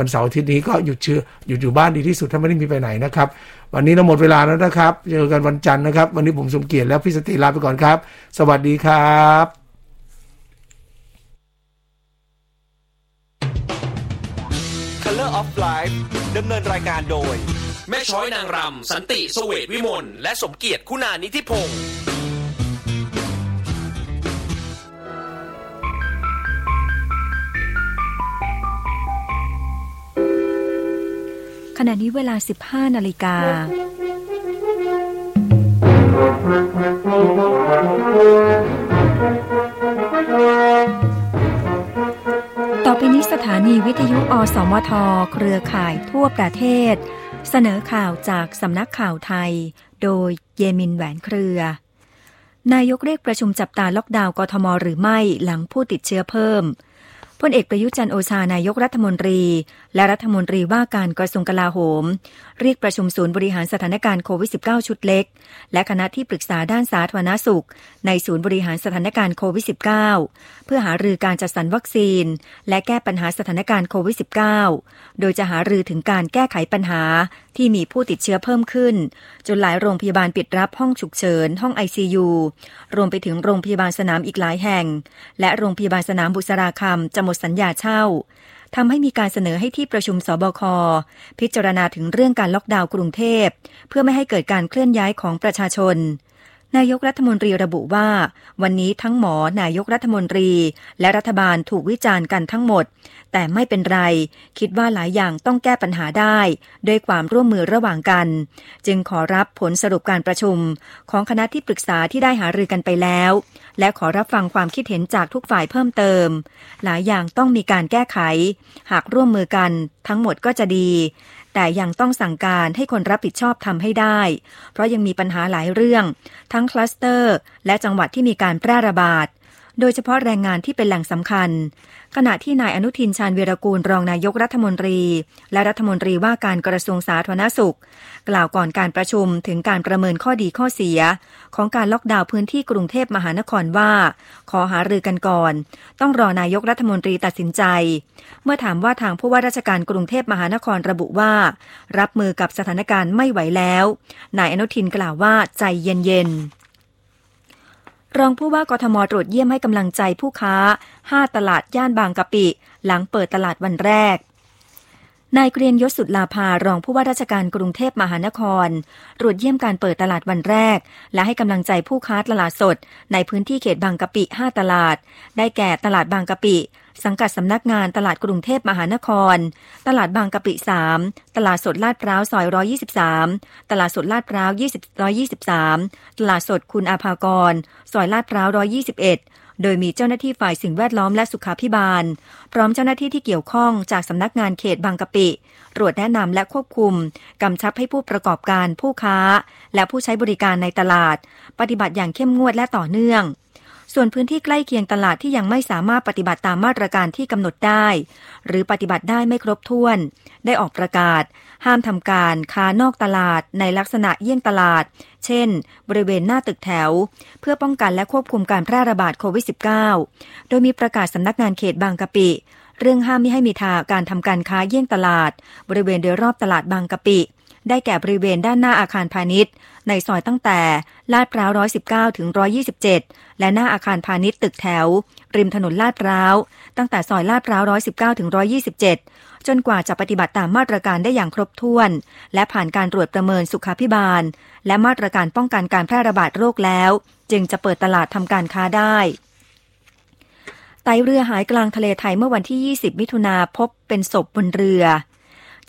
วันเสาร์อาทิตย์นี้ก็หยุดเชื้อหยุดอยู่บ้านดีที่สุดถ้าไม่ได้มีไปไหนนะครับ วันนี้เราหมดเวลาแล้วนะครับเจอกันวันจันทร์นะครับ วันนี้ผมสมเกียรติและพี่สนติลาไปก่อนครับ สวัสดีครับ Color of Life ดำเนินรายการโดย แม่ช้อยนางรำ สันติสเวทวิมลและสมเกียรติคุณานิธิพงศ์ ขณะนี้เวลา 15 นาฬิกา ต่อไปนี้สถานีวิทยุ อสมท เครือข่ายทั่วประเทศ เสนอข่าวจากสำนักข่าวไทย โดยเยมินแหวนเครือ นายกเรียกประชุมจับตาล็อกดาวน์กทมหรือไม่หลังผู้ติดเชื้อเพิ่ม พลเอกประยุทธ์จันทร์โอชานายกรัฐมนตรี และรัฐมนตรีว่าการกระทรวงกลาโหม เรียกประชุมศูนย์บริหารสถานการณ์โควิด -19 ชุดเล็ก และคณะที่ปรึกษาด้านสาธารณสุข ในศูนย์บริหารสถานการณ์โควิด -19 เพื่อหารือการจัดสรรวัคซีน และแก้ปัญหาสถานการณ์โควิด -19 โดยจะหารือถึงการแก้ไขปัญหาที่มีผู้ติดเชื้อเพิ่มขึ้น จนหลายโรงพยาบาลปิดรับห้องฉุกเฉิน ห้อง ICU รวมไปถึงโรงพยาบาลสนามอีกหลายแห่ง และโรงพยาบาลสนามบุษราคำจะหมดสัญญาเช่า ทำให้มีการเสนอให้ที่ประชุมสบค พิจารณาถึงเรื่องการล็อกดาวน์กรุงเทพ เพื่อไม่ให้เกิดการเคลื่อนย้ายของประชาชน นายกรัฐมนตรีระบุว่า วันนี้ทั้งหมอ นายกรัฐมนตรี และรัฐบาลถูกวิจารณ์กันทั้งหมด แต่ไม่เป็นไร คิดว่าหลายอย่างต้องแก้ปัญหาได้ ด้วยความร่วมมือระหว่างกัน จึงขอรับผลสรุปการประชุม ของคณะที่ปรึกษาที่ได้หารือกันไปแล้ว และขอรับฟังความคิดเห็นจากทุกฝ่ายเพิ่มเติม หลายอย่างต้องมีการแก้ไข หากร่วมมือกัน ทั้งหมดก็จะดี แต่ยังต้องสั่งการให้คนรับผิดชอบทำให้ได้ เพราะยังมีปัญหาหลายเรื่อง ทั้งคลัสเตอร์ และจังหวัดที่มีการแพร่ระบาด โดยเฉพาะแรงงานที่เป็นแหล่งสำคัญ ขณะที่นายอนุทินชาญวีรกูลรองนายกรัฐมนตรี และรัฐมนตรีว่าการกระทรวงสาธารณสุข กล่าวก่อนการประชุมถึงการประเมินข้อดีข้อเสีย ของการล็อกดาวน์พื้นที่กรุงเทพมหานครว่า ขอหารือกันก่อน ต้องรอนายกรัฐมนตรีตัดสินใจ เมื่อถามว่าทางผู้ว่าราชการกรุงเทพมหานครระบุว่า รับมือกับสถานการณ์ไม่ไหวแล้วนายอนุทินกล่าวว่าใจเย็นๆ รองผู้ว่ากทมตรวจเยี่ยมให้กำลังใจผู้ค้า 5 ตลาดย่านบางกะปิ หลังเปิดตลาดวันแรก นายเกรียนยศสุดลาภารองผู้ว่าราชการกรุงเทพมหานครตรวจเยี่ยมการเปิดตลาดวันแรก และให้กำลังใจผู้ค้าตลาดสด ในพื้นที่เขตบางกะปิ 5 ตลาด ได้แก่ตลาดบางกะปิ สังกัดสำนักงานตลาดกรุงเทพมหานคร ตลาดบางกะปิ 3 ตลาดสดลาดพร้าวซอย 123 ตลาดสดลาดพร้าว20 123 ตลาดสดคุณอาภากร ซอยลาดพร้าว 121 โดยมีเจ้าหน้าที่ฝ่ายสิ่งแวดล้อมและสุขาพิบาล พร้อมเจ้าหน้าที่ที่เกี่ยวข้องจากสำนักงานเขตบางกะปิ ตรวจแนะนำและควบคุม กำชับให้ผู้ประกอบการผู้ค้า และผู้ใช้บริการในตลาด ปฏิบัติอย่างเข้มงวดและต่อเนื่อง ส่วนพื้นที่ใกล้เคียงตลาดที่ยังไม่สามารถปฏิบัติตามมาตรการที่กำหนดได้ หรือปฏิบัติได้ไม่ครบถ้วน ได้ออกประกาศ ห้ามทำการค้านอกตลาดในลักษณะเยี่ยงตลาด เช่น บริเวณหน้าตึกแถว เพื่อป้องกันและควบคุมการแพร่ระบาดโควิด -19 โดยมีประกาศสำนักงานเขตบางกะปิ เรื่องห้ามไม่ให้มีทางการทำการค้าเยี่ยงตลาด บริเวณโดยรอบตลาดบางกะปิ ได้แก่บริเวณด้านหน้าอาคารพาณิชย์ ในซอยตั้งแต่ ลาดพร้าว 119 ถึง 127 และหน้าอาคารพาณิชย์ตึกแถว ริมถนนลาดพร้าว ตั้งแต่ซอยลาดพร้าว 119 ถึง 127 จนกว่าจะปฏิบัติตามมาตรการได้อย่างครบถ้วน และผ่านการตรวจประเมินสุขาพิบาล และมาตรการป้องกันการแพร่ระบาดโรคแล้ว จึงจะเปิดตลาดทำการค้าได้ ไตเรือหายกลางทะเลไทยเมื่อวันที่ 20 มิถุนาพบเป็นศพบนเรือ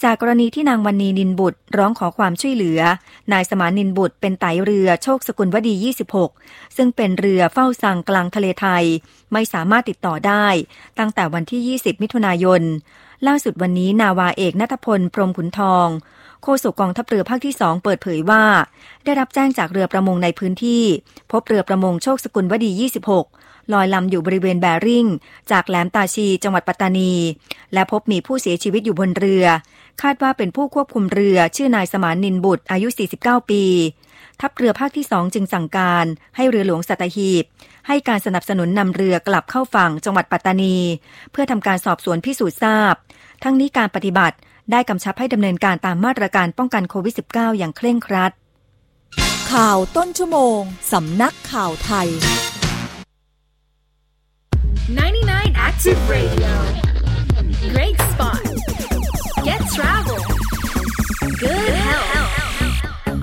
จากกรณีที่นางวันนีนินบุตรร้องขอความช่วยเหลือ นายสมานนินบุตรเป็นไตเรือโชคสกุลวดี 26 ซึ่งเป็นเรือเฝ้าสังกลางทะเลไทย ไม่สามารถติดต่อได้ ตั้งแต่วันที่ 20 มิถุนายน ล่าสุดวันนี้นาวาเอกนัทพล พรหมขุนทอง โฆษกกองทัพเรือภาคที่ 2 เปิดเผยว่า ได้รับแจ้งจากเรือประมงในพื้นที่ พบเรือประมงโชคสกุลวดี 26 ลอยลำอยู่บริเวณแบริ่ง จากแหลมตาชีจังหวัดปัตตานี และพบมีผู้เสียชีวิตอยู่บนเรือ คาดว่าเป็นผู้ควบคุมเรือชื่อนายสมานนินบุตรอายุ 49 ปี ทัพเรือภาคที่สองจึงสั่งการให้เรือหลวงสัตหีบ ให้การสนับสนุนนำเรือกลับเข้าฝั่งจังหวัดปัตตานี เพื่อทำการสอบสวนพิสูจน์ทราบ ทั้งนี้การปฏิบัติได้กำชับให้ดำเนินการตามมาตรการป้องกันโควิด -19 อย่างเคร่งครัด ข่าวต้นชั่วโมง สำนักข่าวไทย 99 Active Radio. Great spot. Get travel. Good health.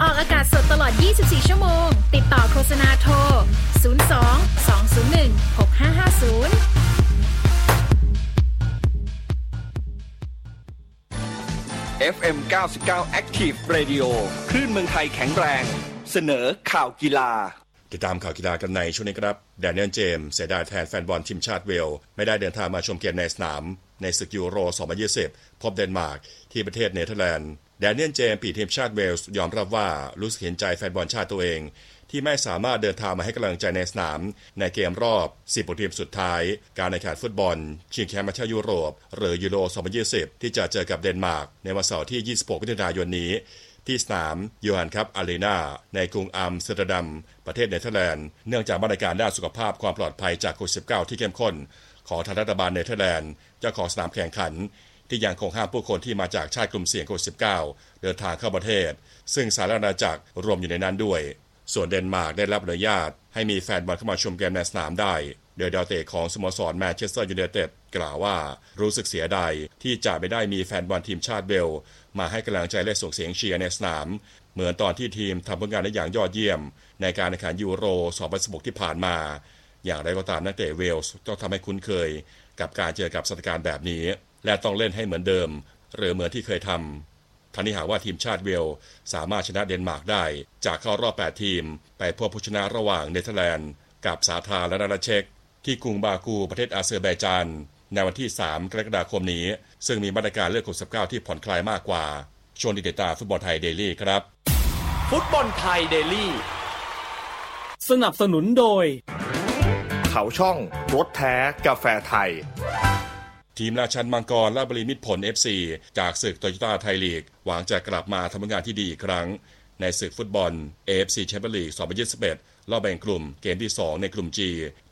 ออกอากาศสดตลอด 24 ชั่วโมง ติดต่อโฆษณาโทร 02 201 6550 ๆ FM 99 Active Radio คลื่นเมืองไทยแข็งแรง เสนอข่าวกีฬา ติดตามข่าวกีฬากันในช่วงนี้ครับแดเนียลเจมส์เสียดายแทนแฟนบอลทีมชาติเวลส์ไม่ได้เดินทางมาชมเกมในสนาม ในศึกยูโร 2020 พบเดนมาร์ก ที่ประเทศเนเธอร์แลนด์แดเนียลเจมส์ปีทีมชาติเวลส์ยอมรับว่ารู้สึกเห็นใจแฟนบอลชาติตัวเอง ที่ไม่สามารถเดินทางมาให้กำลังใจในสนาม ในเกมรอบ 10บททีมสุดท้าย การแข่งขันฟุตบอล ชิงแชมป์ประเทศยุโรป หรือยูโร 2020 ที่จะเจอกับเดนมาร์กในวันเสาร์ที่ 26มิถุนายนนี้ ที่สนามยูฮันครับอารีนาในกรุงอัมสเตอร์ดัม ประเทศเนเธอร์แลนด์ เนื่องจากมาตรการด้านสุขภาพความปลอดภัยจากโควิด -19 ที่เข้มข้น ของทางรัฐบาลเนเธอร์แลนด์เจ้าของสนามแข่งขัน ที่ยังคงห้ามผู้คนที่มาจากชาติกลุ่มเสี่ยงโควิด -19 เดินทางเข้าประเทศ ซึ่งสาธารณรัฐจักรรวมอยู่ในนั้นด้วย ส่วนเดนมาร์กได้รับอนุญาต ให้มีแฟนบอลเข้ามาชมเกมในสนามได้ โดยดาวเตะของสโมสรแมนเชสเตอร์ยูไนเต็ดกล่าวว่ารู้สึกเสียดายที่จะไม่ได้มีแฟนบอลทีมชาติเวลส์มาให้กำลังใจและส่งเสียงเชียร์ในสนาม เหมือนตอนที่ทีมทำผลงานได้อย่างยอดเยี่ยม ในการแข่งขันยูโร 2016 ที่ผ่านมา อย่างไรก็ตามนักเตะเวลส์ต้องทำให้คุ้นเคย กับการเจอกับสถานการณ์แบบนี้ และต้องเล่นให้เหมือนเดิม หรือเหมือนที่เคยทำ ทันนี้หากว่าทีมชาติเวลส์สามารถชนะเดนมาร์กได้ จากเข้ารอบ 8 ทีม ไปพบผู้ชนะระหว่างเนเธอร์แลนด์ กับสาธารณรัฐเช็ก ที่กรุงบากูประเทศอาเซอร์ไบจาน ในวันที่ 3 กรกฎาคมนี้ ซึ่งมีมาตรการเลือกโควิด19ที่ผ่อนคลายมากกว่า ชวนติดตามฟุตบอลไทยเดลี่ครับ ฟุตบอลไทยเดลี่ สนับสนุนโดย เขาช่องรถแท้กาแฟไทย ทีมราชันมังกรลาชบรีมิตรผล FC จากศึกโตโยต้าไทยลีก หวังจะกลับมาทำผลงานที่ดีอีกครั้ง ในศึกฟุตบอล AFC แชมเปี้ยนลีก 2021 รอบแบ่งกลุ่มเกมที่ 2 ในกลุ่ม G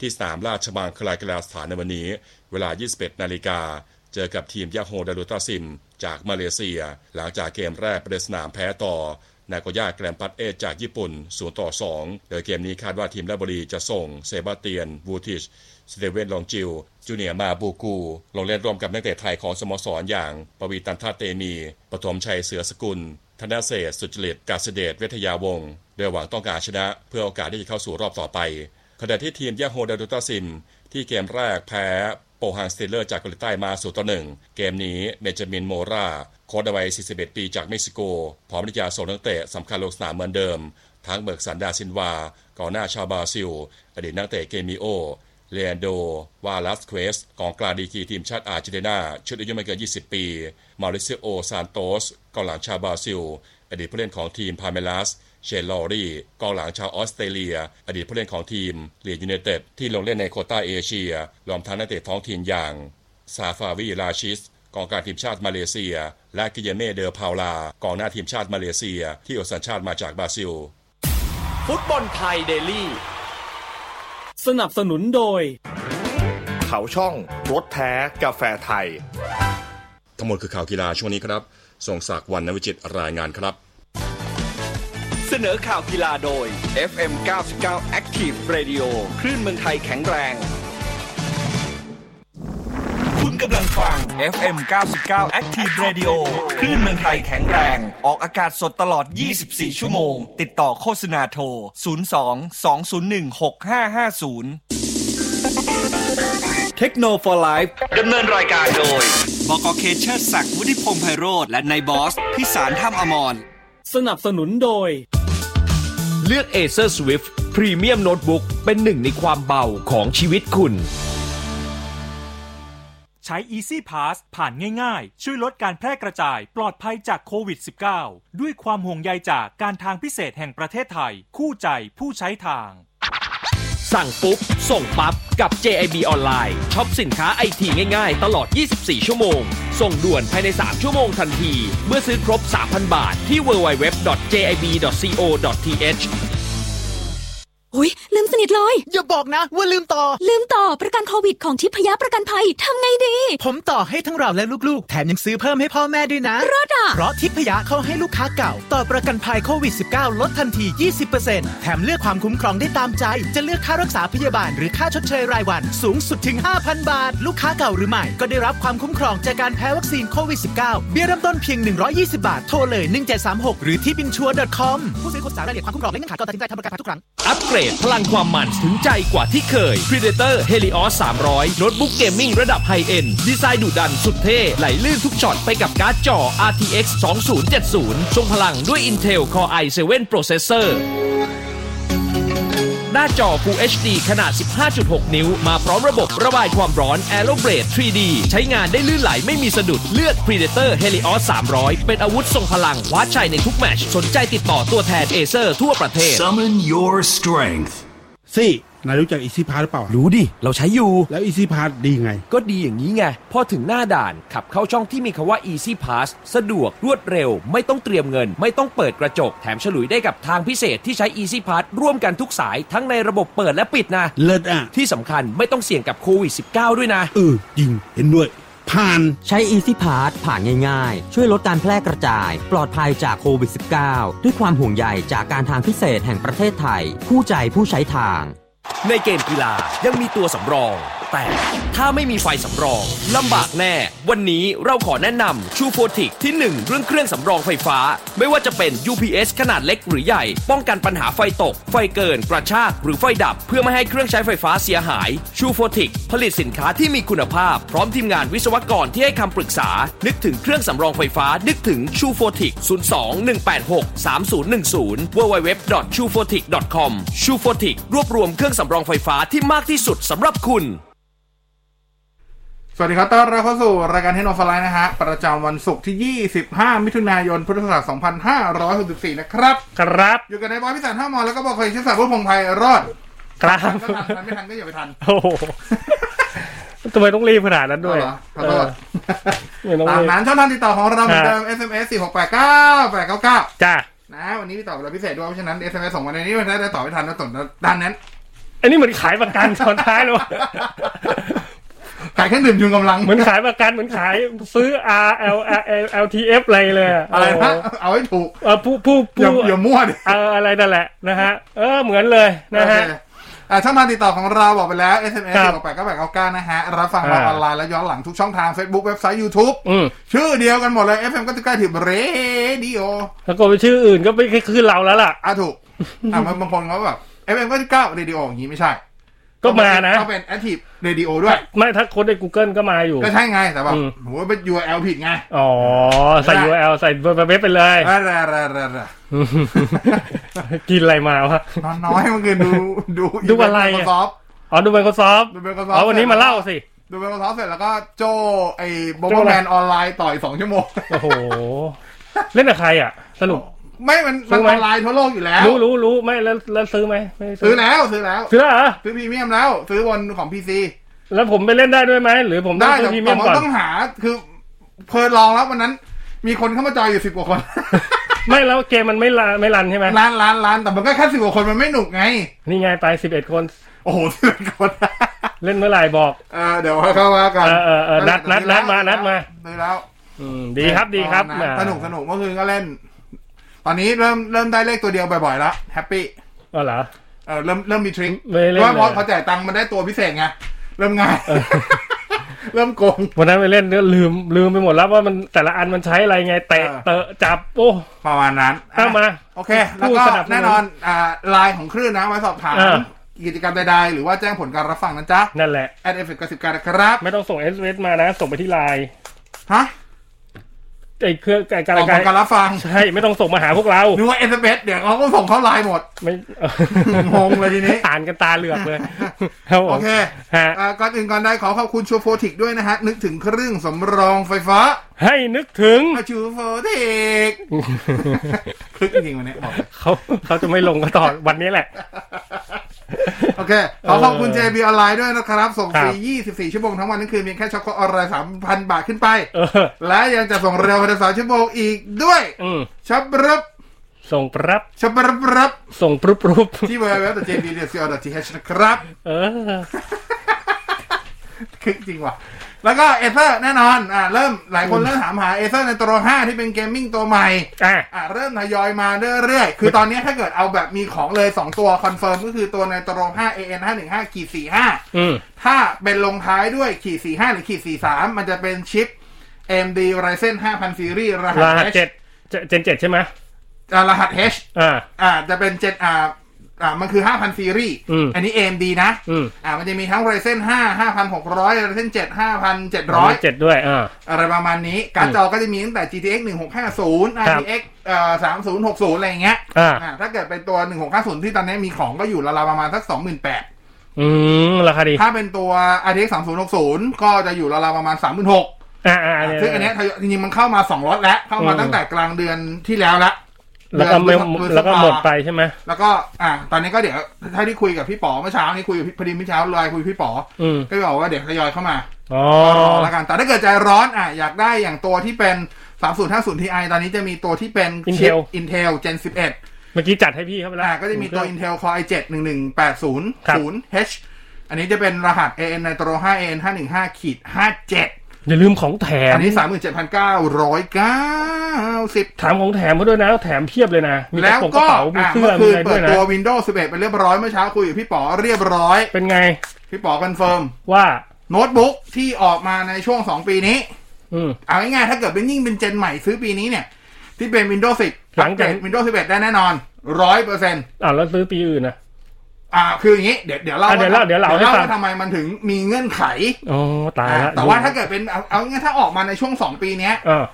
ที่สนามราชมังคลากีฬาสถานในวันนี้ เวลา 21 นาฬิกา เจอกับทีมยาโฮดารุตาซิม จากมาเลเซีย หลังจากเกมแรกประเดิมสนามแพ้ต่อนากโกย่าแกรนด์ปัตเอจากญี่ปุ่น0ต่อ 2 โดยเกมนี้คาดว่าทีมลาชบรีจะส่งเซบาสเตียนวูติช สเตเวนลองจิล จูเนียร์มาบูกู ลงเล่นร่วมกับนักเตะไทยของสโมสรอย่าง ปวีตันท่าเตมีปฐมชัยเสือสกุล ธนเศษสุจริต กาสเดชเวทยาวงศ์โดยหวังต้องการชนะเพื่อโอกาสที่จะเข้าสู่รอบต่อไป ขณะที่ทีมยาโฮดารุตาซิม ที่เกมแรกแพ้ โปฮังสเตเลอร์จากเกาหลีใต้มาสู่ต่อหนึ่ง เกมนี้เบนจามินโมรา โค้ชวัย 41 ปีจากเม็กซิโก พร้อมที่จะส่งนักเตะสำคัญลงสนามเหมือนเดิม ทั้งเบิกสันดาซินวากองหน้าชาวบราซิล อดีตนักเตะเกมิโอ เลนโด วาลัสเควสกองกลางดีกรีทีมชาติอาร์เจนตินาชุดอายุไม่เกิน 20 ปี มาริเซโอ ซานโตสกองหลังชาวบราซิล อดีตผู้เล่นของทีมพาเมลัส เชนลอรี่กองหลังชาวออสเตรเลีย อดีตผู้เล่นของทีมเลียยูเนเต็ดที่ลงเล่นในโควต้าเอเชีย รวมทั้งนักเตะท้องถิ่นอย่าง ซาฟาวีราชิส กองกลางทีมชาติมาเลเซีย และกิเยเมเดอร์พาวลา กองหน้าทีมชาติมาเลเซีย ที่ออกสัญชาติมาจากบราซิล ฟุตบอลไทยเดลี่ สนับสนุนโดย เขาช่องรถแท้กาแฟไทย ทั้งหมดคือข่าวกีฬาช่วงนี้ครับทรงศักดิ์วันนวิจิตรรายงานครับ เสนอข่าวกีฬาโดย FM 99 Active Radio คลื่นเมืองไทยแข็งแรง คุณกำลังฟัง FM 99 Active Radio คลื่นเมืองไทยแข็งแรง ออกอากาศสดตลอด 24 ชั่วโมง ติดต่อโฆษณาโทร 02 201 6550 เทคโนโลยี ดำเนินรายการโดย บกเคเชอร์ศักดิ์วุฒิพงษ์ไพโรธและนายบอส พิสารท่ามอมร สนับสนุนโดย เลือก Acer Swift Premium Notebook เป็นหนึ่งในความเบาของชีวิตคุณ ใช้ Easy Pass ผ่านง่ายๆ ช่วยลดการแพร่กระจายปลอดภัยจากโควิด -19 ด้วยความห่วงใยจากการทางพิเศษแห่งประเทศไทย คู่ใจผู้ใช้ทาง สั่งปุ๊บ ส่งปั๊บ กับ JIB ออนไลน์ช็อปสินค้าไอทีง่ายๆ ตลอด 24 ชั่วโมง ส่งด่วนภายใน 3 ชั่วโมงทันที เมื่อซื้อครบ 3,000 บาทที่ www.jib.co.th อุ้ยลืมสนิทเลย อย่าบอกนะ ว่าลืมต่อ ลืมต่อประกันโควิดของทิพยะประกันภัยทำไงดี ผมต่อให้ทั้งเราและลูกๆ แถมยังซื้อเพิ่มให้พ่อแม่ด้วยนะ รอดอ่ะ เพราะทิพยะเขาให้ลูกค้าเก่า ต่อประกันภัยโควิด -19 ลดทันที 20%แถมเลือกความคุ้มครองได้ตามใจ จะเลือกค่ารักษาพยาบาลหรือค่าชดเชยรายวัน สูงสุดถึง 5,000 บาท ลูกค้าเก่าหรือใหม่ก็ได้รับความคุ้มครองจากการแพ้วัคซีนโควิด -19 เบี้ยเริ่มต้นเพียง 120 บาทโทรเลย 1736 หรือที่บินชัวร์ .com ผู้ซื้อควรศึกษารายละเอียดความคุ้มครองและเงื่อนไขก่อนตัดสินใจทำประกันภัยทุกครั้ง อัปเกรดพลังความมันถึงใจกว่าที่เคย Predator Helios 300 โน้ตบุ๊กเกมมิ่งระดับไฮเอ็นดีไซน์ดุดันสุดเท่ ไหลลื่นทุกช็อตไปกับการ์ดจอ RTX 2070 ทรงพลังด้วย Intel Core i7 Processor หน้าจอ Full HD ขนาด 15.6 นิ้ว มาพร้อมระบบระบายความร้อน Aerobrake 3D ใช้งานได้ลื่นไหลไม่มีสะดุด เลือก Predator Helios 300 เป็นอาวุธทรงพลังคว้าชัยในทุกแมตช์สนใจติดต่อตัวแทน Acer ทั่วประเทศ Summon your strength ซี่นายรู้จักอีซี่พาร์หรือเปล่า รู้ดิ เราใช้อยู่ แล้วอีซี่พาร์ดีไง ก็ดีอย่างนี้ไง พอถึงหน้าด่าน ขับเข้าช่องที่มีคำว่า Easy Pass สะดวกรวดเร็ว ไม่ต้องเตรียมเงิน ไม่ต้องเปิดกระจก แถมฉลุยได้กับทางพิเศษที่ใช้ Easy Pass ร่วมกันทุกสายทั้งในระบบเปิดและปิดนะ เลิศอ่ะ ที่สำคัญไม่ต้องเสี่ยงกับโควิด -19 ด้วยนะ เออ จริง เห็นด้วย ผ่าน ใช้ Easy Pass ผ่านง่ายๆ ช่วยลดการแพร่กระจาย ปลอดภัยจากโควิด -19 ด้วยความห่วงใยจากการทางพิเศษแห่งประเทศไทย ผู้ใจผู้ใช้ทาง ในเกมกีฬายังมีตัวสำรอง แต่ถ้าไม่มีไฟสำรองลำบากแน่ วันนี้เราขอแนะนำชูโฟติกที่ 1 เรื่องเครื่องสำรองไฟฟ้า ไม่ว่าจะเป็น UPS ขนาดเล็กหรือใหญ่ ป้องกันปัญหาไฟตก ไฟเกิน กระชากหรือไฟดับ เพื่อไม่ให้เครื่องใช้ไฟฟ้าเสียหายชูโฟติกผลิตสินค้าที่มีคุณภาพ พร้อมทีมงานวิศวกรที่ให้คำปรึกษา นึกถึงเครื่องสำรองไฟฟ้า นึกถึงชูโฟติก021863010 www.chufotic.com ชูโฟติกรวบรวมเครื่องสำรองไฟฟ้าที่มากที่สุดสำหรับคุณ สวัสดีครับต้อนรับเข้าสู่รายการเทนโนฟลายนะฮะ ประจำวันศุกร์ที่ 25 มิถุนายน พุทธศักราช2564 นะครับ ครับ อยู่กันในบอยพิสารห้ามอแล้วก็บอกเคยชื่อสารพุทธพงษ์ไพรอด ครับ ทันก็ทันทันไม่ทันก็อย่าไปทัน โอ้โหทำไมต้องรีบขนาดนั้นด้วย เอาเหรอขอโทษ เออไม่ต้ ตา อง ม รีบ นั้นช่องทางติดต่อของเราเหมือนเดิม SMS 4689 899 จ้า นะ วันนี้มีตอบเราพิเศษด้วย เพราะฉะนั้น SMS ส่งมาในนี้วันนี้ได้ตอบไม่ทันนะตนด้านนั้น อันนี้เหมือนขายประกันตอนท้ายเลยวะ ขายเครื่องดื่มยูงกำลัง เหมือนขายประกันเหมือนขายซื้อ R L L L- L T F อะไรเลย อะไรนะเอาให้ถูก เออผู้ผู้ผู้ อย่าอย่ามั่วดิ เอออะไรนั่นแหละนะฮะ เออเหมือนเลยนะฮะ โอเคอ่าช่องทางติดต่อของเราบอกไปแล้ว SMS ครับ บอกไปก็แบบเก้าเก้านะฮะ รับฟังเรา อ่า ออนไลน์และย้อนหลังทุกช่องทาง Facebook เว็บไซต์ YouTube อืม ชื่อเดียวกันหมดเลย FM ก็ติดใกล้ถิบเรดิโอ แล้วก็ไปชื่ออื่นก็ไม่ใช่คือเราแล้วล่ะ อ่ะถูก อ่ะบางบางคนเขาแบบ FM ก็ติดเก้าเรดิโออย่างนี้ไม่ใช่ ก็มานะ เขาเป็น Active Radio ด้วย ไม่ถ้าค้นใน Google ก็มาอยู่ ก็ใช่ไง แต่แบบ อืม โหเป็น URL ผิดไง อ๋อ ใส่ URL ใส่เว็บไปเลย อะไรอะไรอะไรอะไร กินอะไรมาวะ นอนน้อยเมื่อคืนดูดู ดูอะไร ม อะ ซอฟ อ๋อดู Microsoft ดูเบลกอซอฟ อ๋อวันนี้มาเล่าสิ ดูเบลกอซอฟเสร็จแล้วก็โจไอ้บอบโจ้อะไร แมนออนไลน์ต่ออีกสองชั่วโมง โอ้โห เล่นกับใครอ่ะ สรุป ไม่ มัน ซื้ มัน อออนไหมไลน์ทั่วโลกอยู่แล้ว รู้รู้รู้ไม่แล้วแล้วซื้อไหมไม่ ซื้อแล้วซื้อแล้ว ซื้อแล้วเหรอ ซื้อพรีเมียมแล้ว ซื้อบนของพีซี แล้วผมไปเล่นได้ด้วยไหมหรือผมต้อ ได้ งซื้ แต่ อพรีเมี แต่ ยม ว่า ก่อน ต้องหา คือเคยลองแล้ววันนั้น มีคนเข้ามาจอยอยู่สิบกว่าคน ไม่แล้วเกมมันไม่ลาไม่รันใช่ไหม ร้านร้านร้านแต่มันก็แค่สิบกว่าคนมันไม่หนุกไง นี่ไงไปสิบเอ็ดคน โอ้โห สิบคน เล่นเมื่อไหร่บอก เออเดี๋ยวเข้ามากัน เออเออเออนัดนัดนัดมานัดมา ซื้อแล้ว อืมดีครับดีครับ นะสนุกสนุกเมื่อคืนก็เล่น ตอนนี้เริ่มเริ่มได้เลขตัวเดียวบ่อยๆแล้วแฮปปี้ อ๋อเหรอ เออเริ่มเริ่มมีทริค ไม่เล่น เพราะว่าพอ เลย พอจ่ายตังค์มันได้ตัวพิเศษไงเริ่มง่ายเริ่มโกง วันนั้นไปเล่นเนี่ยลืมลืมไปหมดแล้วว่ามันแต่ละอันมันใช้อะไรไงเตะ เออ เตะจับโอ้ ประมาณนั้น ข้ามา โอเค แล้วก็ ผู้สนับสนุน แน่นอนอ่าไลน์ของคลื่นนะมาสอบถาม เออ กิจกรรมใดๆ หรือว่าแจ้งผลการรับฟังนะจ๊ะ นั่นแหละ แอดเอฟเฟกต์สิบการนะครับ ไม่ต้องส่งเอสเมานะ ส่งไปที่ไลน์ ฮะ ไอ้เครื่องไอ้การ ออกผลการรับฟัง ใช่ไม่ต้องส่งมาหาพวกเรา นึกว่าเอสเอเดี๋ยวเขาก็ส่งเข้าไลน์หมด ไม่ เออง งเลยทีนี้ อ่านกันตาเหลือกเลยครับผม โอเค ฮะ อ่าก่อนอื่นก่อนได้ขอขอบคุณชัวโฟติกด้วยนะฮะ นึกถึงเครื่องสำรองไฟฟ้า ให้นึกถึง ชัวโฟติ กคึกจริงๆวันนี้บอกเลย เขาเขาจะไม่ลงก็ต่อวันนี้แหละ โอเค ขอขอบคุณ JB ออนไลน์ด้วยนะครับ ส่งฟรี ครับ 24 ชั่วโมงทั้งวันทั้งคืนเพียงแค่ช็อกโกแลต3,000 บาทขึ้นไป เออ และยังจะส่งเร็วภายใน3ชั่วโมงอีกด้วย อืม ชับรับ ส่งปรับ ชับรับรับ ส่งปรุบปรุบ ที่เว็บไซต์ jb.co.th นะครับ เออ คึกจริงว่ะ แล้วก็เอเซอร์แน่นอน อ่าเริ่มหลายคนเริ่มถามหาเอเซอร์ในตัว5ที่เป็นเกมมิ่งตัวใหม่ อ่ะ อ่าเริ่มทยอยมาเรื่อยๆ คือตอนนี้ถ้าเกิดเอาแบบมีของเลย 2 ตัวคอนเฟิร์มก็คือตัวในตัว5 AN 5 1 5ขีด อืม 45 ถ้าเป็นลงท้ายด้วยขีด45 หรือขีด43 มันจะเป็นชิป AMD Ryzen 5000 Series ร ร หั หัสส H เจ็ดเจเจนเจ็ดใช่ไหม อ่ารหัส H อ่า อ่าจะเป็นเจ็ดอ่าอ่ามันคือ 5,000 ซีรีส์ อืม อันนี้ AMD นะ อืม อ่ามันจะมีทั้ง Ryzen 5 5,600 Ryzen 7 5,700 เจ็ดด้วยอ่า อะไรประมาณนี้ การดจอก็จะมีตั้งแต่ GTX ค1650รับ RTX เอ่อ3060 อะไรอย่างเงี้ย อ่า อ่าถ้าเกิดเป็นตัว 1650 ที่ตอนนี้มีของก็อยู่ราวๆประมาณสัก 28,000 อืมราคาดี ถ้าเป็นตัว RTX 3060 ก็จะอยู่ราวๆประมาณ 36,000 อ่าอ่า อ่าซึ่งอันเนี้ยทยอยจริงๆมันเข้ามา 2ล็อตแล้ว เข้ามาตั้งแต่กลางเดือนที่แล้วละ แล้วก็ไม่ เอนพฤษภา แล้วก็หมดไปใช่ไหม แล้วก็อ่ะตอนนี้ก็เดี๋ยวถ้าที่คุยกับพี่ป๋อเมื่อเช้านี่คุยกับพี่พอดีเมื่อเช้าไลน์คุยกับพี่ป๋ออ ม ก็บอกว่าเดี๋ยวทยอยเข้ามา อ๋อ รอแล้วกัน แต่ถ้าเกิดใจร้อนอ่ะอยากได้อย่างตัวที่เป็น 3050 Ti ตอนนี้จะมีตัวที่เป็น Intel Intel Gen 11 เมื่อกี้จัดให้พี่เขาไปแล้ว อ่ะก็จะมีตัว Intel Core i7 ครับ 11800 H อันนี้จะเป็นรหัส AN ในตัว5 AN 515ขีด57 อย่าลืมของแถม อันนี้ 37,990 ถามของแถมเขาด้วยนะแถมเพียบเลยนะมีกระ แล้ว โปรงก ก็ ระเป๋ามี อ่ะ เสื้อมีเมื่อคื อะ น ไร เปิ ด้ว ด ยนะ ตัว Windows 11 ไปเรียบร้อยเมื่อเช้าคุยกับพี่ป๋อเรียบร้อย เป็นไง พี่ป๋อคอนเฟิร์ม ว่า โน้ตบุ๊กที่ออกมาในช่วง 2 ปีนี้ อืม เอาง่ายๆถ้าเกิดเป็นยิ่งเป็นเจนใหม่ซื้อปีนี้เนี่ย ที่เป็น Windows 10 หลังจาก อัปเดต Windows 11 ได้แน่นอนร้อยเปอร์เซ็นต์ อ่าแล้วซื้อปีอื่นนะ อ่าคืออย่างนี้ เดี๋ยวเดี๋ยวเล่า อ่ะเดี๋ยวเล่า ว่า เดี๋ยวเล่าให้ฟัง ว่าทำไมมันถึงมีเงื่อนไข อ๋อตาย อ่ะ ละ แต่ว่าถ้าเกิดเป็นเอาเอาง่ายๆถ้าออกมาในช่วง 2 ปีเนี้ย เออ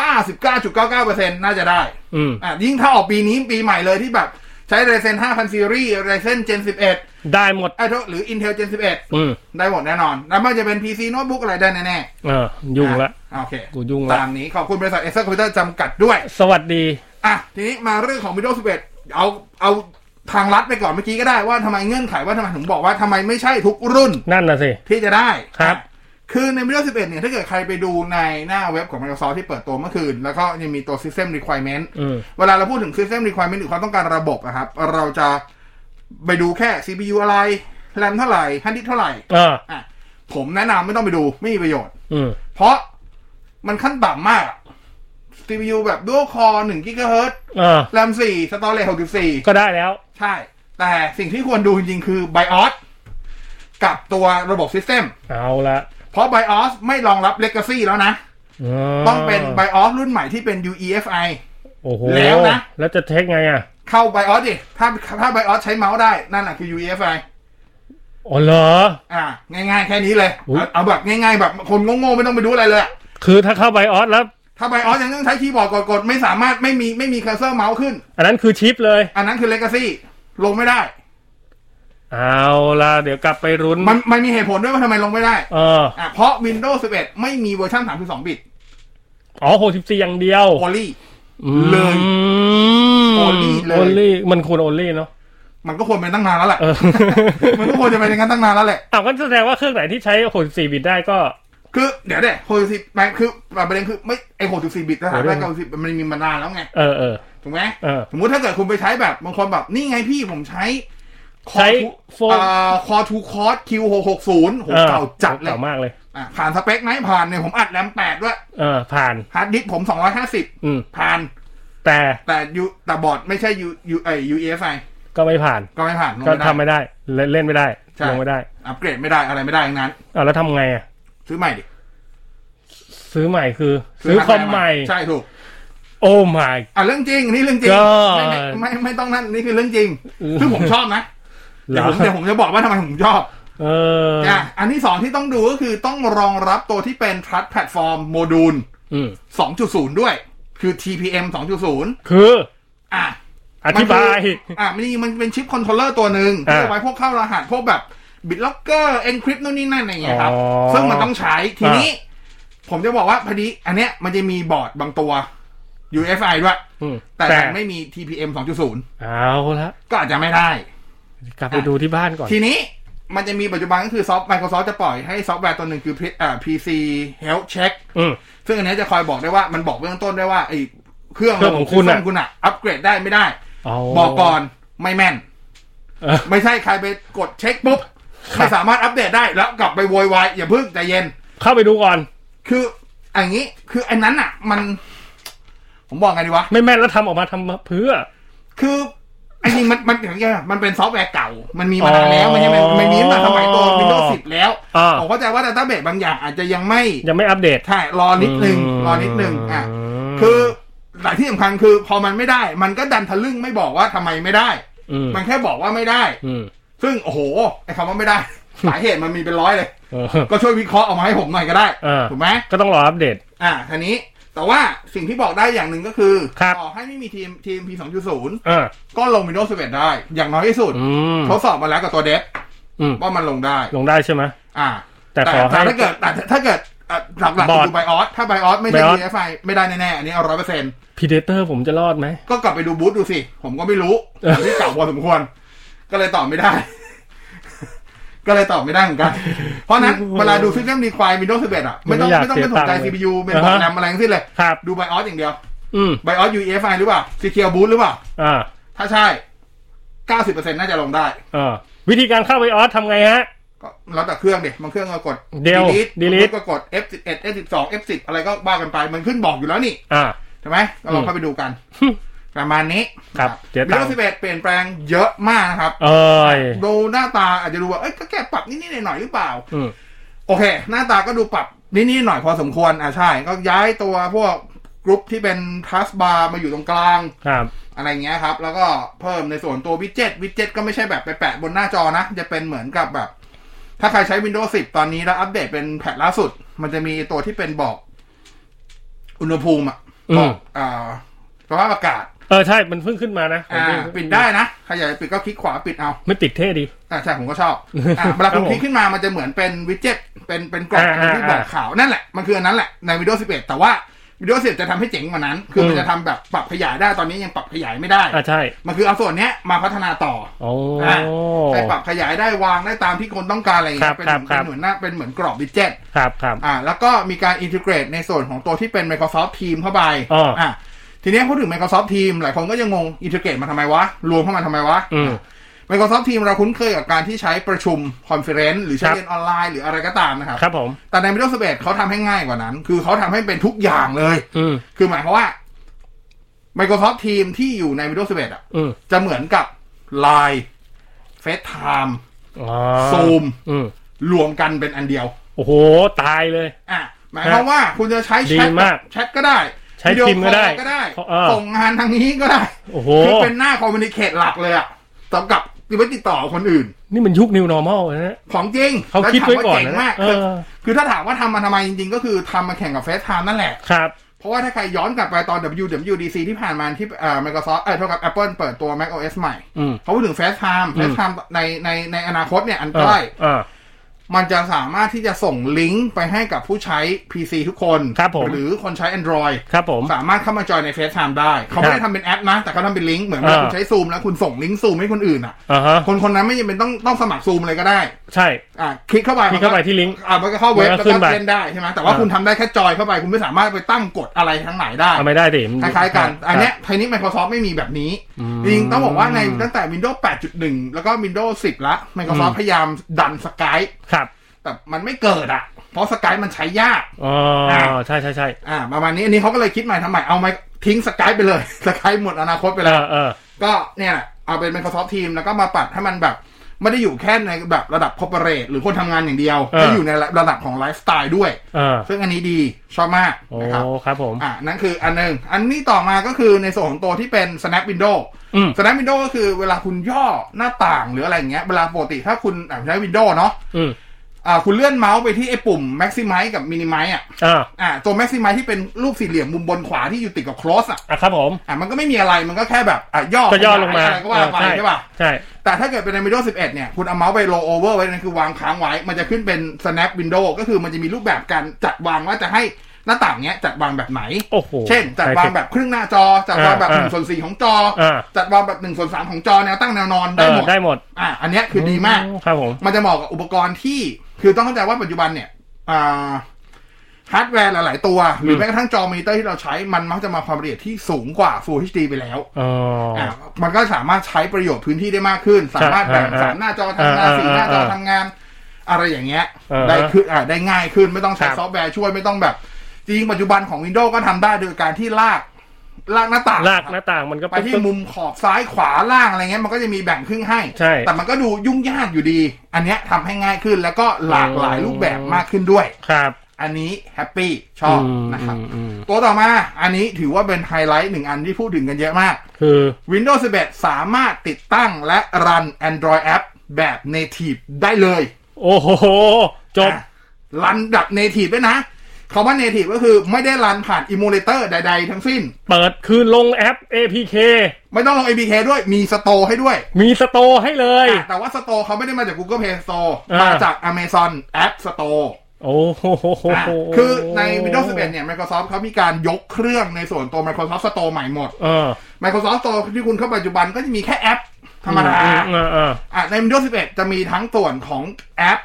99.99%น่าจะได้ อืม อ่ะยิ่งถ้าออกปีนี้ปีใหม่เลยที่แบบใช้ Ryzen 5000 Series Ryzen Gen 11 ได้หมด ไอ้โทษหรือ Intel Gen อืม 11 ได้หมดแน่นอน แล้วมันจะเป็น PC โน้ตบุ๊กอะไรได้แน่ๆ เออยุ่งละ อ่ะโอเค กูยุ่งละ ตามนี้ขอบคุณบริษัทเอเซอร์คอมพิวเตอร์จำกัดด้วย สวัสดี อ่ะ ทีนี้มาเรื่องของ Windows 11 เอาเอาทางลัดไปก่อนเมื่อกี้ก็ได้ว่าทำไมเงื่อนไขว่าทำไมถึงบอกว่าทำไมไม่ใช่ทุกรุ่น นั่นน่ะสิ ที่จะได้ ครับ อ่ะคือใน Windows 11 เนี่ย ถ้าเกิดใครไปดูในหน้าเว็บของ Microsoft ที่เปิดตัวเมื่อคืน แล้วก็ยังมีตัว System Requirement อืม เวลาเราพูดถึง System Requirement หรือความต้องการระบบนะครับ เราจะไปดูแค่ CPU อะไร RAM เท่าไหร่ฮันดิสเท่าไหร่ เออ อ่ะผมแนะนำไม่ต้องไปดูไม่มีประโยชน์ อืม เพราะมันขั้นต่ำมากอะ CPU แบบ dual core 1 GHz เออ RAM 4 storage 64 ก็ได้แล้ว ใช่ แต่สิ่งที่ควรดูจริงๆ คือ BIOS กับตัวระบบ System เอาละ เพราะ BIOS ไม่รองรับ Legacy แล้วนะ ต้องเป็น BIOS รุ่นใหม่ที่เป็น UEFI โอ้โห แล้วนะ แล้วจะเทคไงอ่ะ เข้า BIOS ดิ ถ้าถ้า BIOS ใช้เมาส์ได้นั่นแหละคือ UEFI อ๋อเหรอ อ่า ง่ายๆ แค่นี้เลย อุ๊ย เอาเอาแบบง่ายๆ แบบคนโง่ๆ ไม่ต้องไปดูอะไรเลยอะ คือถ้าเข้าไบออสแล้ว ถ้า BIOS ยังต้องใช้คีย์บอร์ดกดๆ ไม่สามารถไม่มีไม่มีเคอร์เซอร์เมาส์ขึ้น อันนั้นคือชิปเลย อันนั้นคือเลกาซี่ลงไม่ได้ เอาละเดี๋ยวกลับไปรุ้น มันมันมีเหตุผลด้วยว่าทำไมลงไม่ได้ เออ อ่ะเพราะ Windows 11 ไม่มีเวอร์ชัน32 บิต อ๋อหกสิบสี่อย่างเดียว โอลี่ เลย Only เลย โอลี่มันควรโอลี่เนาะ มันก็ควรเป็นตั้งนานแล้วแหละ เออ มันก็ควรจะเป็นอย่างนั้นตั้งนานแล้วแหละ เอาก็แสดงว่าเครื่องไหนที่ใช้หกสี่บิตได้ก็ คือ เดี๋ยวเด็กหกสิบแม่คือประเด็นคือไม่ไอ64 บิตนะครั โอ้ บ โห แล้ว64มันมีมานานแล้วไง เออเออ ถูกไหม เออ สมมติถ้าเกิดคุณไปใช้แบบบางคนแบบนี่ไงพี่ผมใช้คอ ใช้ ทู โฟน คอทูคอร์สคิวหกหกศูนย์โห ออ เก่าจัดเลย เก่ามากเลย อ่ะผ่านสเปคไหมผ่านเนี่ยผมอัดแรมแปดด้วย เออ ผ่าน ฮาร์ดดิสก์ผมสองร้อยห้าสิบ อืม ผ่าน แต่ แต่ยูแต่บอร์ดไม่ใช่ยูยูไอยูเอฟไอ ก็ไม่ผ่าน ก็ไม่ผ่านลง ก็ ไม่ได้ ทำไม่ได้ เล่นเล่นไม่ได้ ใช่ ลงไม่ได้ อัปเกรดไม่ได้อะไรไม่ได้ทั้งนั้น เอาแล้วทำไงอ่ะ ซื้อใหม่ดิ ซื้อใหม่คือ ซื้อคอมใหม่ ใช่ถูก โอ้ my อ่ะเรื่องจริงนี่เรื่องจริง God ไม่ไม่ไม่ไม่ต้องนั่นนี่คือเรื่องจริง อืม คือผมชอบนะ เหร เดี๋ยว อ ผมเดี๋ยวผมจะบอกว่าทำไมผมชอบ เออ อ่ะอันที่สองที่ต้องดูก็คือต้องรองรับตัวที่เป็น Trust Platform Module อืม 2.0 ด้วย คือ TPM 2.0 คือ อ่ะ อธิบาย มันคืออ่ะมันนี่มันเป็นชิปคอนโทรลเลอร์ตัวหนึ่งที่ อ่า เอาไว้พวกเข้ารหัสพวกแบบบิตล็อกเกอร์เอนคริปนู่นนี่นั่นอะไรอย่างเงี้ยครับ อ๋อ ซึ่งมันต้องใช้ทีนี้ ผมจะบอกว่าพอดี อันเนี้ยมันจะมีบอร์ดบางตัว UFI ด้วย อืม แต่มันไม่มี TPM 2.0 เอาละ ก็อาจจะไม่ได้ กลับไปดูที่บ้านก่อน ทีนี้มันจะมีปัจจุบันก็คือซอฟต์ Microsoft จะปล่อยให้ซอฟต์แวร์ตัวหนึ่งคือ P- อ่า PC Health Check ซึ่งอันเนี้ยจะคอยบอกได้ว่ามันบอกเบื้องต้นได้ว่าไอ้เครื่อง เครื่องของคุณ เค อะ รื่คุณอะอัปเกรดได้ไม่ได้ บอกก่อนไม่แม่น ไม่ใช่ใครไปกดเช็คปุ๊บ ไม่สามารถอัปเดตได้แล้วกลับไปโวยวายอย่าเพิ่งใจเย็น เข้าไปดูก่อน คืออย่างนี้ คืออันนั้นอ่ะ มัน ผมบอกไงดีวะ ไม่แม่นแล้วทำออกมาทำเพื่อ คือไอ้นี่มันมันอย่างเงี้ยมันเป็นซอฟต์แวร์เก่า มันมีมานานแล้วมันยังไม่มันมีมาสมัยตัว Windows 10 แล้ว อ่า ผมเข้าใจว่าดัตต้าเบสบางอย่างอาจจะยังไม่ ยังไม่อัปเดต ใช่รอนิดนึง รอนิดนึงอ่ะคือแต่ที่สำคัญคือพอมันไม่ได้ มันก็ดันทะลึ่งไม่บอกว่าทำไมไม่ได้ อืม มันแค่บอกว่าไม่ได้ อืม ซึ่งโอ้โหไอ้คำว่าไม่ได้ สาเหตุมันมีเป็นร้อยเลย เออ ก็ช่วยวิเคราะห์ออกมาให้ผมหน่อยก็ได้ เออ ถูกไหม ก็ต้องรออัปเดต อ่าทีนี้ แต่ว่าสิ่งที่บอกได้อย่างหนึ่งก็คือ ต่อให้ไม่มีทีมทีม P เออ 2.0 ก็ลง Windows 11 ได้ อย่างน้อยที่สุด ม ทดสอบมาแล้วกับตัวเดฟ อืม ว่ามันลงได้ ลงได้ใช่ไหม อ่า แต่ขอให้ แต่ถ้าเกิดแต่ถ้าเกิดอ่ะหลักๆ บอร์ด คือไบออสถ้าไบออสไม่ใช่ BIOS DFI ไม่ได้แน่ๆ อันนี้เอาร้อยเปอร์เซ็นต์ พีเดเตอร์ผมจะรอดไหม ก็กลับไปดูบูธดูสิ ผมก็ไม่รู้ผมที่เก่าพอสมควร ก็เลยตอบไม่ได้ ก็เลยตอบไม่ได้เห มือนกัน เพราะฉะนั้นเวลาดูซิสเต็มดีควาย Windows 11 อ่ะ ไม่ต้อง ไม่อยาก ไม่ต้องไปสนใจ เสียตังค์เลย CPU เป็นบอร์ดแรมอะไรทั้งสิ้นเลยดูไบออสอย่างเดียว อืม ไบออส UEFI หรือเปล่า Secure Boot หรือเปล่า อ่า ถ้าใช่ 90%น่าจะลงได้ อ่า วิธีการเข้าไปออสทำไงฮะ แล้วแต่เครื่องดิบางเครื่องก็กด เดี๋ยว delete delete บางเครื่องก็กด F11 F12 F10 อะไรก็บ้ากันไป มันขึ้นบอกอยู่แล้วนี่ อ่า ใช่ไหมก็ลองเข้าไปดูกัน ประมาณนี้ ครับ เดี๋ยว วิ ตา ดี ม โอ11 เปลี่ยนแปลงเยอะมากนะครับ เอ้ย ดูหน้าตาอาจจะดูว่า เอ้ยก็แค่ปรับนิดๆหน่อยๆหรือเปล่า อืม โอเค หน้าตาก็ดูปรับนิดๆหน่อยพอสมควร อ่าใช่ ก็ย้ายตัวพวกกรุ๊ปที่เป็นทัสบาร์มาอยู่ตรงกลาง ครับ อะไรเงี้ยครับ แล้วก็เพิ่มในส่วนตัววิดเจ็ตวิดเจ็ตก็ไม่ใช่แบบไปแปะบนหน้าจอนะ จะเป็นเหมือนกับแบบ ถ้าใครใช้ Windows 10 ตอนนี้แล้วอัปเดตเป็นแพทล่าสุด มันจะมีตัวที่เป็นบอก อุณหภูมิอะ อืม อ่าสภาพอากาศ เออ ใช่ มันเพิ่งขึ้นมานะ อ่า ปิดได้นะใครอยากจะปิดก็คลิกขวาปิดเอา ไม่ติดเท่ดี อ่าใช่ผมก็ชอบ อ่าเวลาคุณคลิกขึ้นมามันจะเหมือนเป็นวิดเจ็ตเป็นเป็นกล่อง อ่าอ่า ที่บอกข่าวนั่นแหละ มันคืออันนั้นแหละใน Windows 11 แต่ว่า Windows 10 จะทำให้เจ๋งกว่านั้น คือมัน อืม จะทำแบบปรับขยายได้ตอนนี้ยังปรับขยายไม่ได้ อ่าใช่ มันคือเอาส่วนเนี้ยมาพัฒนาต่อ โอ้ อ่ะใช้ปรับขยายได้วางได้ตามที่คนต้องการอะไรอย่างเงี้ยเป็น ครับค เป็ รั น บ เหมือนหน้าเป็นเหมือนกรอบวิดเจ็ต ครับครับ อ่า แล้วก็มีการอินทิเกรตในส่วนของตัวที่เป็น Microsoft Teams เข้าไป อ่า อ่าทีเนี้ยพูดถึง Microsoft Teams หลายคนก็ยังงงอินทิเกรตมาทำไมวะ รวมเข้ามาทำไมวะ อืม Microsoft Teams เราคุ้นเคยกับการที่ใช้ประชุมคอนเฟอเรนซ์หรือใช้เรียนออนไลน์หรืออะไรก็ตามนะครับ ครับผม แต่ใน Windows 11เขาทำให้ง่ายกว่านั้น คือเขาทำให้เป็นทุกอย่างเลย อืม คือหมายความว่า Microsoft Teams ที่อยู่ใน Windows 11อะ อืม จะเหมือนกับ Line FaceTime อ๋อ Zoom อืม รวมกันเป็นอันเดียว โอ้โห ตายเลย อ่ะ หมายความว่าคุณจะใช้แชท ดีมาก แชทก็ได้ ใช้ Team ก็ได้ วิโอคอลก็ได้ เออ ส่งงานทางนี้ก็ได้ โอ้โห คือเป็นหน้าคอมมิวนิเคตหลักเลยอะสำหรับที่ไว้ติดต่อคนอื่น นี่มันยุค new normal นะ ของจริง เขาคิดไว้ก่อนนะ แล้ถามว่าเจ๋งเออมากคือคือถ้าถามว่าทำมาทำไมจริงๆ ก็คือทำมาแข่งกับเฟซไทม์นั่นแหละ ครับ เพราะว่าถ้าใครย้อนกลับไปตอน WWDC ที่ผ่านมาที่เอ่อ Microsoft เอ่อเท่ากับ Apple เปิดตัว macOS ใหม่ อืม เขาพูดถึง FaceTime อืม FaceTime ในในในอนาคตเนี่ยอันใกล้ อ่า มันจะสามารถที่จะส่งลิงก์ไปให้กับผู้ใช้ PC ทุกคน ครับผม หรือคนใช้ Android ครับผม สามารถเข้ามาจอยใน FaceTime ได้ เขาไม่ได้ทำเป็นแอปนะ แต่เขาทำเป็นลิงก์เหมือนเวลา อ่า คุณใช้ Zoom แล้วคุณส่งลิงก์ Zoom ให้คนอื่นอ่ะ อ่าฮะ คนคนนั้นไม่จำเป็นต้องต้องสมัคร Zoom เลยก็ได้ ใช่ อ่ะคลิกเข้าไป คลิกเข้าไปที่ลิงก์ อ่ะมันก็เข้าเว็บ มันก็ แล้ว ขึ้ ก็ นไป เล่นได้ใช่ไหมแต่ว่า อ่า คุณทำได้แค่จอยเข้าไป คุณไม่สามารถไปตั้งกฎอะไรทั้งหลายได้ เอาไม่ได้ดิมั คล้ายๆกัน อันเนี้ยทีนี้ Microsoft ไม่มีแบบนี้ จริงๆต้องบอกว่าในตั้งแต่ Windows 8.1 แล้วก็ Windows 10 ละ Microsoft พยายามดัน Skype ครับ แต่มันไม่เกิดอ่ะ เพราะ Skype มันใช้ยาก อ๋อ อ่ะ ใช่ใช่ใช่ อ่าประมาณนี้ อันนี้เขาก็เลยคิดใหม่ทำใหม่ เอาไมทิ้ง Skype ไปเลย Skype หมดอนาคตไป เอ แล้ว อเออ ก็เนี่ยแหละเอาเป็น Microsoft Team แล้วก็มาปรับให้มันแบบ ไม่ได้อยู่แค่ในแบบระดับ corporate หรือคนทำงานอย่างเดียว เออ แต่อยู่ในระดับของไลฟ์สไตล์ด้วย เออ ซึ่งอันนี้ดีชอบมาก โอ้ นะครับ ครับผม อ่ะนั่นคืออันหนึ่งอันนี้ต่อมาก็คือในส่วนของตัวที่เป็น snap window อืม snap window ก็คือเวลาคุณย่อหน้าต่างหรืออะไรอย่างเงี้ย เวลาปกติถ้าคุณอ่ะใช้ window เนาะ อืม อ่าคุณเลื่อนเมาส์ไปที่ไอ้ปุ่ม maximize กับ minimize อ่ะ อ่า อ่าตัว maximize ที่เป็นรูปสี่เหลี่ยมมุมบนขวาที่อยู่ติดกับ close อ่ะ อ่ะครับผม อ่ะมันก็ไม่มีอะไรมันก็แค่แบบอ่ะย่อ ก็ย่อลงมา อะไรก็ว่าไป เออ ใช่ป่ะ ใช่ แต่ถ้าเกิดเป็นใน Windows 11 เนี่ยคุณเอาเมาส์ไป roll over ไว้นั่นคือวางค้างไว้ มันจะขึ้นเป็น snap window ก็คือมันจะมีรูปแบบการจัดวางว่าจะให้ห น้าต่างเนี้ยจัดวางแบบไหน โอ้โห เช่น จัดวางแบบครึ่งหน้าจอ จัดวางแบบห อ่า นึ่งส่วนสี่ของจอ อ่า จัดวางแบบหนึ่งส่วนสามของจอแนวตั้งแนวนอนได้หมด เออได้หมด อ่ะอันเนี้ยคือดีมาก ครับผม มันจะเหมาะกับอุปกรณ์ที่คือต้องเข้าใจว่าปัจจุบันเนี่ยอ่าฮาร์ดแวร์หลาย ๆ ตัว หรือแม้กระทั่งจอมอนิเตอร์ที่เราใช้มันมักจะมาความละเอียดที่สูงกว่า Full HD ไปแล้ว อ๋อ อ่ะมันก็สามารถใช้ประโยชน์พื้นที่ได้มากขึ้น สามารถแบ่ง อ่า สามหน้าจอทำงาน อ่า สี่หน้าจอ อ่า ทำงาน อะไรอย่างเงี้ย อ่า ได้ขึ้นอ่ะได้ง่ายขึ้นไม่ต้องใช้ ครับ ซอฟต์แวร์ช่วยไม่ต้องแบบ จริงๆปัจจุบันของ Windows ก็ทำได้โดยการที่ลากลากหน้าต่าง ลากหน้าต่างมันก็ ไปที่มุมขอบซ้ายขวาล่างอะไรเงี้ยมันก็จะมีแบ่งครึ่งให้ ใช่ แต่มันก็ดูยุ่งยากอยู่ดี อันเนี้ยทำให้ง่ายขึ้นแล้วก็หลากหลายรูปแบบมากขึ้นด้วย ครับ อันนี้แฮปปี้ชอบนะครับ ตัวต่อมา อันนี้ถือว่าเป็นไฮไลท์หนึ่งอันที่พูดถึงกันเยอะมาก คือ Windows 11 สามารถติดตั้งและรัน Android App แบบ Native ได้เลย โอ้โห จบ รันแบบ Native ด้วยนะคำว่า Native ก็คือไม่ได้รันผ่าน Emulator ใด ๆ ทั้งสิ้น เปิดคืนลงแอป APK ไม่ต้องลง APK ด้วยมีสโตร์ให้ด้วย มีสโตร์ให้เลย อ่ะแต่ว่าสโตร์เขาไม่ได้มาจาก Google Play Store อ่าม มาจาก Amazon App Store โอ้โห อ่ะคือใน Windows 11 เนี่ย Microsoft เขามีการยกเครื่องในส่วนตัว Microsoft Store ใหม่หมด เออ Microsoft Store ที่คุณเข้าปัจจุบันก็จะมีแค่แอปธรรมดา เออเออ อ่ะใน Windows 11 จะมีทั้งส่วนของแอป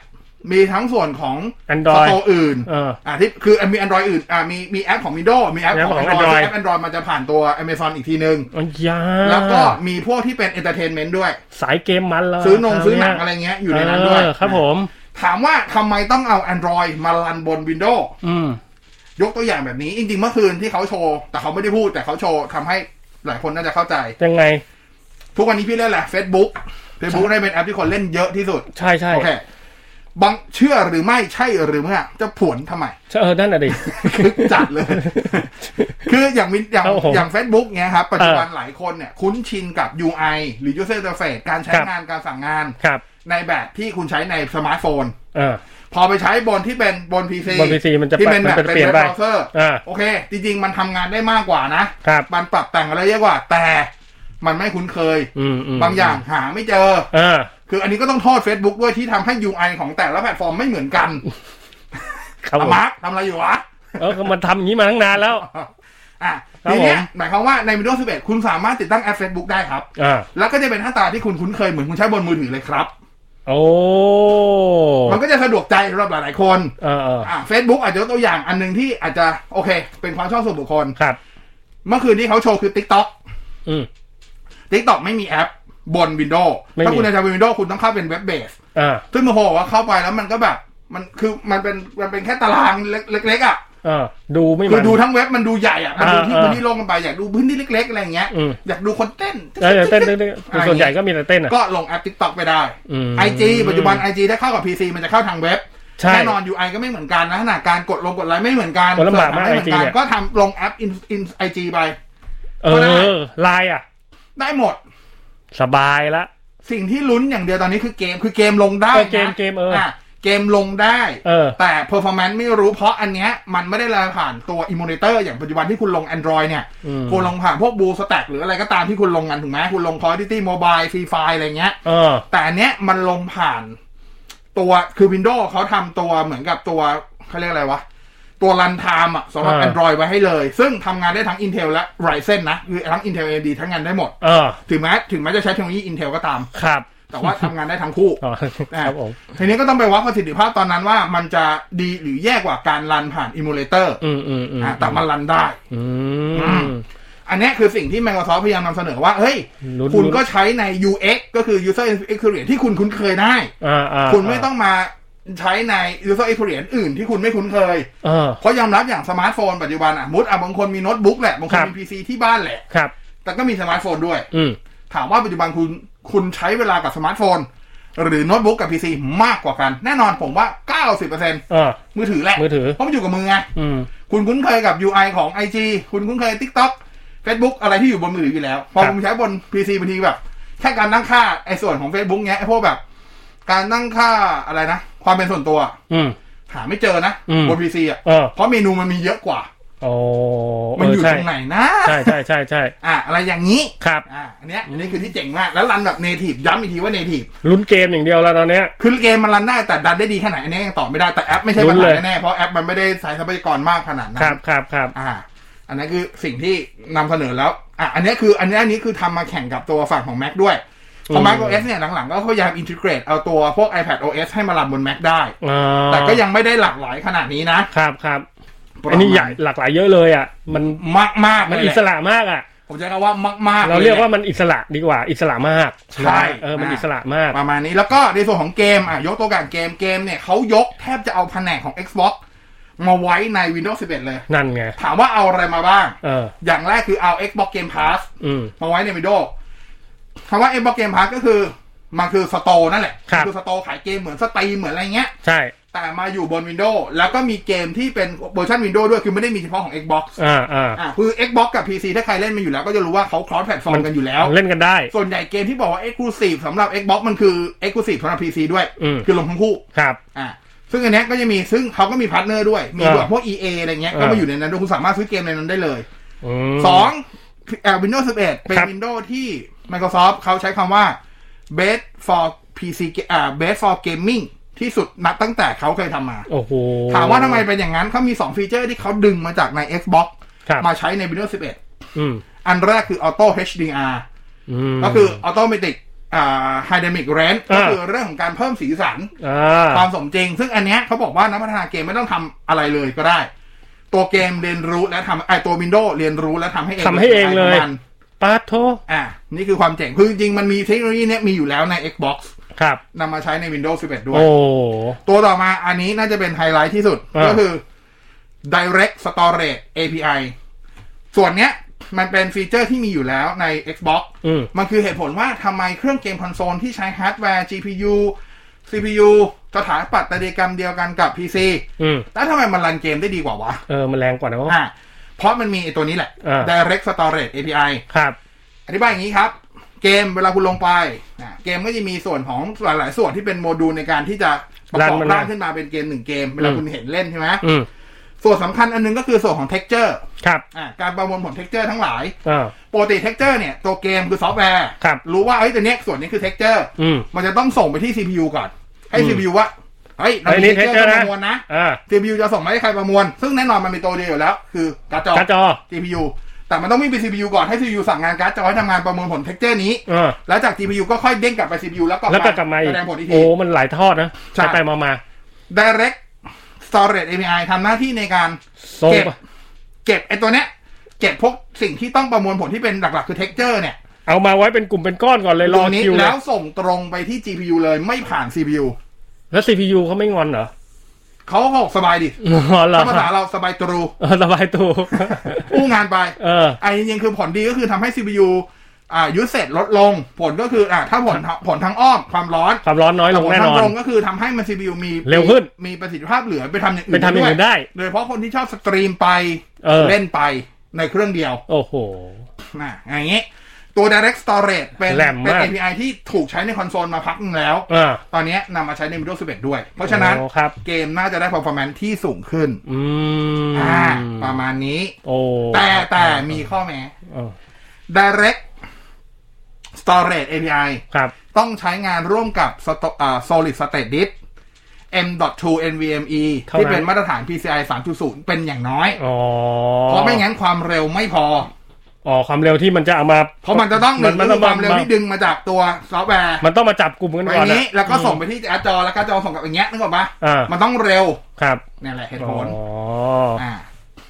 มีทั้งส่วนของ Android สโตร์อื่น เออ อ่ะที่คือมี Android อื่นอ่ะมีมีแอปของ Windows มีแอป แอป ข ข อ อง ง Android ซึ่ง Android แอป Android มันจะผ่านตัว Amazon อีกทีนึง อันยา แล้วก็มีพวกที่เป็น Entertainment ด้วย สายเกมมันเลย ซื้อนงซื้อหนัง คราอะว ไร เ เงี้ยอยู่ในนั้นด้วย เออครับผม ถามว่าทำไมต้องเอา Android มารันบน Windows อืม ยกตัวอย่างแบบนี้ จริงๆ เมื่อคืนที่เขาโชว์ แต่เขาไม่ได้พูดแต่เขาโชว์ทำให้หลายคนน่าจะเข้าใจ ยังไง ทุกวันนี้พี่เล่นแหละ Facebook Facebook ได้เป็นแอปที่คนเล่นเยอะที่สุด ใช่ใช่ โอเคบังเชื่อหรือไม่ใช่หรือไม่อะจะผวนทำไม เออนั่นน่ะดิ จัดเลย คืออย่างมินอย่าง ครับผม อย่าง Facebook เนี้ยครับ ปัจจุบัน เออ หลายคนเนี่ย คุ้นชินกับ UI หรือ User Interface การใช้ ครับ งานการสั่งงาน ครับ ในแบบที่คุณใช้ในสมาร์ทโฟน เออ พอไปใช้บนที่เป็นบน PC บน PC มันจะ ที่เป็น ป แบ รั บบ เป็น เปลี่ยน เว็บ ไป เบราว์เซอร์ อ่า โอเค จริง ๆ มันทำงานได้มากกว่านะครับ มันปรับแต่งอะไรเยอะกว่า แต่มันไม่คุ้นเคย อืมม บางอย่างหาไม่เจอ เออ คืออันนี้ก็ต้องโทษ Facebook ด้วยที่ทำให้ UI ของแต่ละแพลตฟอร์มไม่เหมือนกัน ครับผม มาร์คทำอะไรอยู่วะ เออก็มันทำอย่างนี้มาตั้งนานแล้ว อ่ะ ครับ ทีเนี้ย ผม หมายความว่าใน Windows 11 คุณสามารถติดตั้งแอป Facebook ได้ครับ อ่า แล้วก็จะเป็นหน้าตาที่คุณคุ้นเคยเหมือนคุณใช้บนมือถือเลยครับ โอ้ มันก็จะสะดวกใจสำหรับหลายๆคน เออเออ อ่ะ Facebook อาจจะยกตัวอย่างอันหนึงที่อาจจะโอเค เป็นความชอบส่วนบุคคล ครับ เมื่อคืนที่เขาโชว์คือ TikTok อืม TikTok ไม่มีแอปบน Windows ไม่มี ถ้าคุณจะใช้บน Windows คุณต้องเข้าเป็นเว็บเบส อ่า ซึ่งโมโหว่าเข้าไปแล้วมันก็แบบ มันคือมันเป็นมันเป็นแค่ตารางเล็กๆอ่ะ เออ ดูไม่ คื มั อน ดูทั้งเว็บมันดูใหญ่อ่ะ มันดูที่ อ่า พื้นที่โล่งกันไปอยากดูพื้นที่เล็กๆอะไรอย่างเงี้ย อืม อยากดูคนเต้น เออเต้นเต้นเต้น อะไรอย่างนี้ ส่วนใหญ่ก็มีแต่เต้นอ่ะ ก็ลงแอป TikTok ไปได้ อืม IG ปัจจุบัน IG ถ้าเข้ากับ PC มันจะเข้าทางเว็บ ใช่ แน่นอน UI ก็ไม่เหมือนกันนะขนาดการกดลงกดไลค์ไม่เหมือนกัน โอ้ลำบากมาก เสิร์ชห IG ไม่เหมือนกัน เนี่ย ก็ทำลงแอปอินอินไอจีไป เอ ก็ได้ อไลน์อ่ะ ได้หมด สบายละ สิ่งที่ลุ้นอย่างเดียวตอนนี้คือเกมคือเกมลงได้ เอ นะ อเกมเกมเอออ่ ะเกมลงได้ เออ แต่ performance ไม่รู้เพราะอันเนี้ยมันไม่ได้ลงผ่านตัว emulator อย่างปัจจุบันที่คุณลง Android เนี่ย อืม คุณลงผ่านพวก b l u e Stack หรืออะไรก็ตามที่คุณลงกันถูกไหมคุณลง Quality Mobile Free Fire อะไรเงี้ย เออ แต่อันเนี้ยมันลงผ่านตัวคือ Windows เขาทำตัวเหมือนกับตัวเขาเรียกอะไรวะ ตัวรันไทม์อ่ะสำหรับ อ่า Android ไว้ให้เลย ซึ่งทำงานได้ทั้ง Intel และ Ryzen นะ คือทั้ง Intel AMD ทั้งงานได้หมด เออ ถึงแม้ถึงแม้จะใช้เทคโนโลยี Intel ก็ตาม ครับ แต่ว่าทำงานได้ทั้งคู่ อ๋อครับผม ทีนี้ก็ต้องไปวัดประสิทธิภาพตอนนั้นว่ามันจะดีหรือแย่กว่าการรันผ่านอิมูเลเตอร์ อืมอืมอืม แต่มันรันได้ อื อื ม ม อันเนี้ยคือสิ่งที่ Microsoft พยายามนำเสนอว่า เฮ้ย ลุ้น คุณก็ใช้ใน UX ก็คือ User Experience ที่คุณคุ้นเคยได้ อ่าอ่า คุณไม่ต้องมาใช้ใน User Experience อื่นที่คุณไม่คุ้นเคย เออ เพราะยอมรับอย่างสมาร์ทโฟนปัจจุบันอ่ะมุดอ่ะบางคนมีโน้ตบุ๊กแหละ บางคคนรับ มี PC ที่บ้านแหละ ครับ แต่ก็มีสมาร์ทโฟนด้วย อืม ถามว่าปัจจุบันคุณคุณใช้เวลากับสมาร์ทโฟน หรือโน้ตบุ๊กกับ PC มากกว่ากัน แน่นอนผมว่า 90% เออ มือถือแหละ มือถือ เพราะมันอยู่กับมือไง อืม คุณคุ้นเคยกับ UI ของ IG คุณคุ้นเคย TikTok Facebook อะไรที่อยู่บนมือถืออยู่แล้ว พอ ครับ คุณใช้บน PC บางทีแบบ แค่การตั้งค่าไอ้ส่วนของ Facebook เนี้ยไอ้พวกแบบ การตั้งค่าอะไรนะ ความเป็นส่วนตัว อืม หาไม่เจอนะ อืม บน PC อ่ะ เออ เพราะเมนูมันมีเยอะกว่า เอ โอ้ มันอยู่ เใช่ ตรงไหนนะ ใช่ใช่ใช่ใช่ อ่ะอะไรอย่างนี้ ครับ อ่ะอันเนี้ยอันนี้คือที่เจ๋งมาก แล้วรันแบบเนทีฟย้ำอีกทีว่าเนทีฟ ลุ้นเกมอย่างเดียวแล้วตอนเนี้ย คือเกมมันรันได้แต่ดันได้ดีแค่ไหนอันนี้ยังตอบไม่ได้แต่แอปไม่ใช่ ลุ้ ปัญ นเล หาย แน่ๆเพราะแอปมันไม่ได้ใช้ทรัพยากรมากขนาดนั้น ครับครับครับ อ่า อันนั้นคือสิ่งที่นำเสนอแล้ว อ่ะ อันเนี้ยคือ อันเนี้ยอันนี้คือทำมาแข่งกับตัวฝั่งของ Mac ด้วยของ Mac OS เนี่ยหลังๆ ก็พยายามอินทิเกรตเอาตัวพวก iPad OS ให้มารันบน Mac ได้ อ่า แต่ก็ยังไม่ได้หลากหลายขนาดนี้นะครับ ครับอันนี้ใหญ่หลากหลายเยอะเลยอ่ะ มัน มากมากๆ มัน เลย อิ แหล สระมากอ่ะ ผมใช้คำว่ามากมากๆ เรา ล เรียก แหละ ว่ามันอิสระดีกว่า อิสระมาก ใช่ เออมันอิสระมาก ประมาณนี้แล้วก็ในส่วนของเกมอ่ะยกตัวอย่างเกมเกมเนี่ยเขายกแทบจะเอาแผนกของ Xbox มาไว้ใน Windows 11 เลย นั่นไง ถามว่าเอาอะไรมาบ้าง เออ อย่างแรกคือเอา Xbox Game Pass อืม มาไว้ใน Windows คำว่า Xbox Game Pass ก็คือ มันคือสโตร์นั่นแหละ ครับ มันคือสโตร์ขายเกมเหมือนสตรีมเหมือนอะไรเงี้ย ใช่ แต่มาอยู่บน Windows แล้วก็มีเกมที่เป็นเวอร์ชัน Windows ด้วยคือไม่ได้มีเฉพาะของ Xbox อ่าอ่า อ่ะคือ Xbox กับ PC ถ้าใครเล่นมาอยู่แล้วก็จะรู้ว่าเขาคลอสแพลตฟอร์มกันอยู่แล้ว เล่นกันได้ ส่วนใหญ่เกมที่บอกว่า Exclusive สำหรับ Xbox มันคือ Exclusive สำหรับ PC ด้วย อืม คือลงทั้งคู่ ครับ อ่ะซึ่งอันเนี้ยก็จะมีซึ่งเขาก็มีพาร์ทเนอร์ด้วย มี อ่า แบบพวก EA อะไรเงี้ยก็ อ่า มาอยู่ในนั้นด้วยคุณสามารถซื้อเกมในนั้นได้เลย อืม สองเอ่อ Windows 11 เป็น ครับ Windows ที่ Microsoft เขาใช้คำว่า best for PC เอ่อ best for gaming ที่สุดนับตั้งแต่เขาเคยทำมา โอ้โห ถามว่าทำไมเป็นอย่างนั้นเขามี 2 ฟีเจอร์ที่เขาดึงมาจากใน Xbox ครับ มาใช้ใน Windows อืม 11 อันแรกคือ Auto HDR อืม ก็คือ Automatic อ่า Dynamic Range ก็ อ่า คือเรื่องของการเพิ่มสีสัน อ่า ความสมจริง ซึ่งอันเนี้ยเขาบอกว่านักพัฒนาเกมไม่ต้องทำอะไรเลยก็ได้ ตัวเกมเรียนรู้และทำไอตัว Windows เรียนรู้และทำให้เอง ทำให้เองเลย ป็น AI ขมัน ปาโท อ่ะนี่คือความเจ๋งคือจริงๆมันมีเทคโนโลยีเนี้ยมีอยู่แล้วใน Xbox ครับ นำมาใช้ใน Windows 11 ด้วย โอ้ ตัวต่อมาอันนี้น่าจะเป็นไฮไลท์ที่สุด อ่า ก็คือ Direct Storage API ส่วนเนี้ยมันเป็นฟีเจอร์ที่มีอยู่แล้วใน Xbox อืม มันคือเหตุผลว่าทำไมเครื่องเกมคอนโซลที่ใช้ฮาร์ดแวร์ GPU CPU สถาปัตยกรรมเดียวกันกับ PC อืม แล้วทำไมมันรันเกมได้ดีกว่าวะ เออ มันแรงกว่าเนอะ อ่ะเพราะมันมีไอ้ตัวนี้แหละ อ่า Direct Storage API ครับ อธิบายอย่างนี้ครับ เกมเวลาคุณลงไปอ่ะเกมก็จะมีส่วนของหลาย ๆ ส่วนที่เป็นโมดูลในการที่จะประกอบ รันมัน ร่าง นะ ขึ้นมาเป็นเกมหนึ่งเกม เวลา อืม คุณเห็นเล่นใช่ไหม อืม ส่วนสำคัญอันหนึงก็คือส่วนของ texture ครับ อ่ะการประมวลผล texture ทั้งหลาย อ่า ปกติ texture เนี่ย ตัวเกมคือซอฟต์แวร์ ครับ รู้ว่าเฮ้ยตัวเนี้ยส่วนนี้คือ texture อืม มันจะต้องส่งไปที่ CPU ก่อน ให้ อืม CPU ว่าเฮ้ยเรา ไอ้ มี นี่เทคเจอร์นะ texture ประมวลนะ อ่า CPU จะส่งมาให้ใครประมวล ซึ่งแน่นอนมันมีตัวเดียวอยู่แล้ว คือการ์ดจอ การ์ดจอ CPU แต่มันต้องวิ่งไป CPU ก่อนให้ CPU สั่งงานการ์ดจอให้ทำงานประมวลผล texture นี้ อ่า แล้วจาก GPU ก็ค่อยเด้งกลับไป CPU แล้วก็ แล้วก็กลับมาอี แส ก ดงผลอีกที โอ้ มันหลายทอดนะ ใช่ ไปไปมามา Direct Storage API ทำหน้าที่ในการ ส่ง เก็บ ไป เก็บไอ้ตัวเนี้ยเก็บพวกสิ่งที่ต้องประมวลผลที่เป็นหลัก ๆ คือ texture เนี่ย เอามาไว้เป็นกลุ่มเป็นก้อนก่อนเลยร ตร อง นี้ คิวเล แล้ ยว ส่งตรงไปที่ GPU เลยไม่ผ่าน CPU แล้ว CPU เขาไม่งอนเหรอ เขาบอกสบายดิ งอนเหรอ ถ้าภาษาเราสบายตรู เออสบายตัว อู้งานไป เออ ไอ้จริงๆคือผลดีก็คือทำให้ CPU อ่ายูเซตลดลง ผลก็คืออ่าถ้าผลผลทางอ้อมความร้อน ความร้อนน้อยลงแน่นอน ทำรงก็คือทำให้มัน CPU มี เร็วขึ้น มีประสิทธิภาพเหลือไปทำอย่างอื่น ไปทำอย่างอื่นได้ โดยเฉพาะคนที่ชอบสตรีมไป เออ นไปในเครื่องเดียว โอ้โห นะอย่างนี้ ตัว Direct Storage เป็น แหลม เป็น มาก API ที่ถูกใช้ในคอนโซลมาพักนึงแล้ว อ่า ตอนนี้นำมาใช้ใน Windows 11 ด้วย เพราะฉะนั้น โอ้ครับ เกมน่าจะได้ performance ที่สูงขึ้น อืม อ่าประมาณนี้ โอ้ แต่แต่มีข้อแม้ เออ Direct Storage API ครับ ต้องใช้งานร่วมกับ Sto- อ่า Solid State Disk M.2 NVMe เท่านั้น ที่เป็นมาตรฐาน PCI 3.0 เป็นอย่างน้อย อ๋อ เพราะไม่งั้นความเร็วไม่พอ อ๋อความเร็วที่มันจะเอามา เพราะมันจะต้องหนึ่ง มั ก็ น คื ต้อ อง ความเร็วที่ดึงมาจากตัวซอฟต์แวร์ มันต้องมาจับกลุ่มกัน ไป ก่อนอะ นี้แล้วก็ส่งไปที่การ์ดจอแล้วการ์ดจอส่งกลับอย่างเงี้ยนึกออกปะ อ่า มันต้องเร็ว ครับ นี่แหละเหตุ อ๋ ผ อ ลอ่า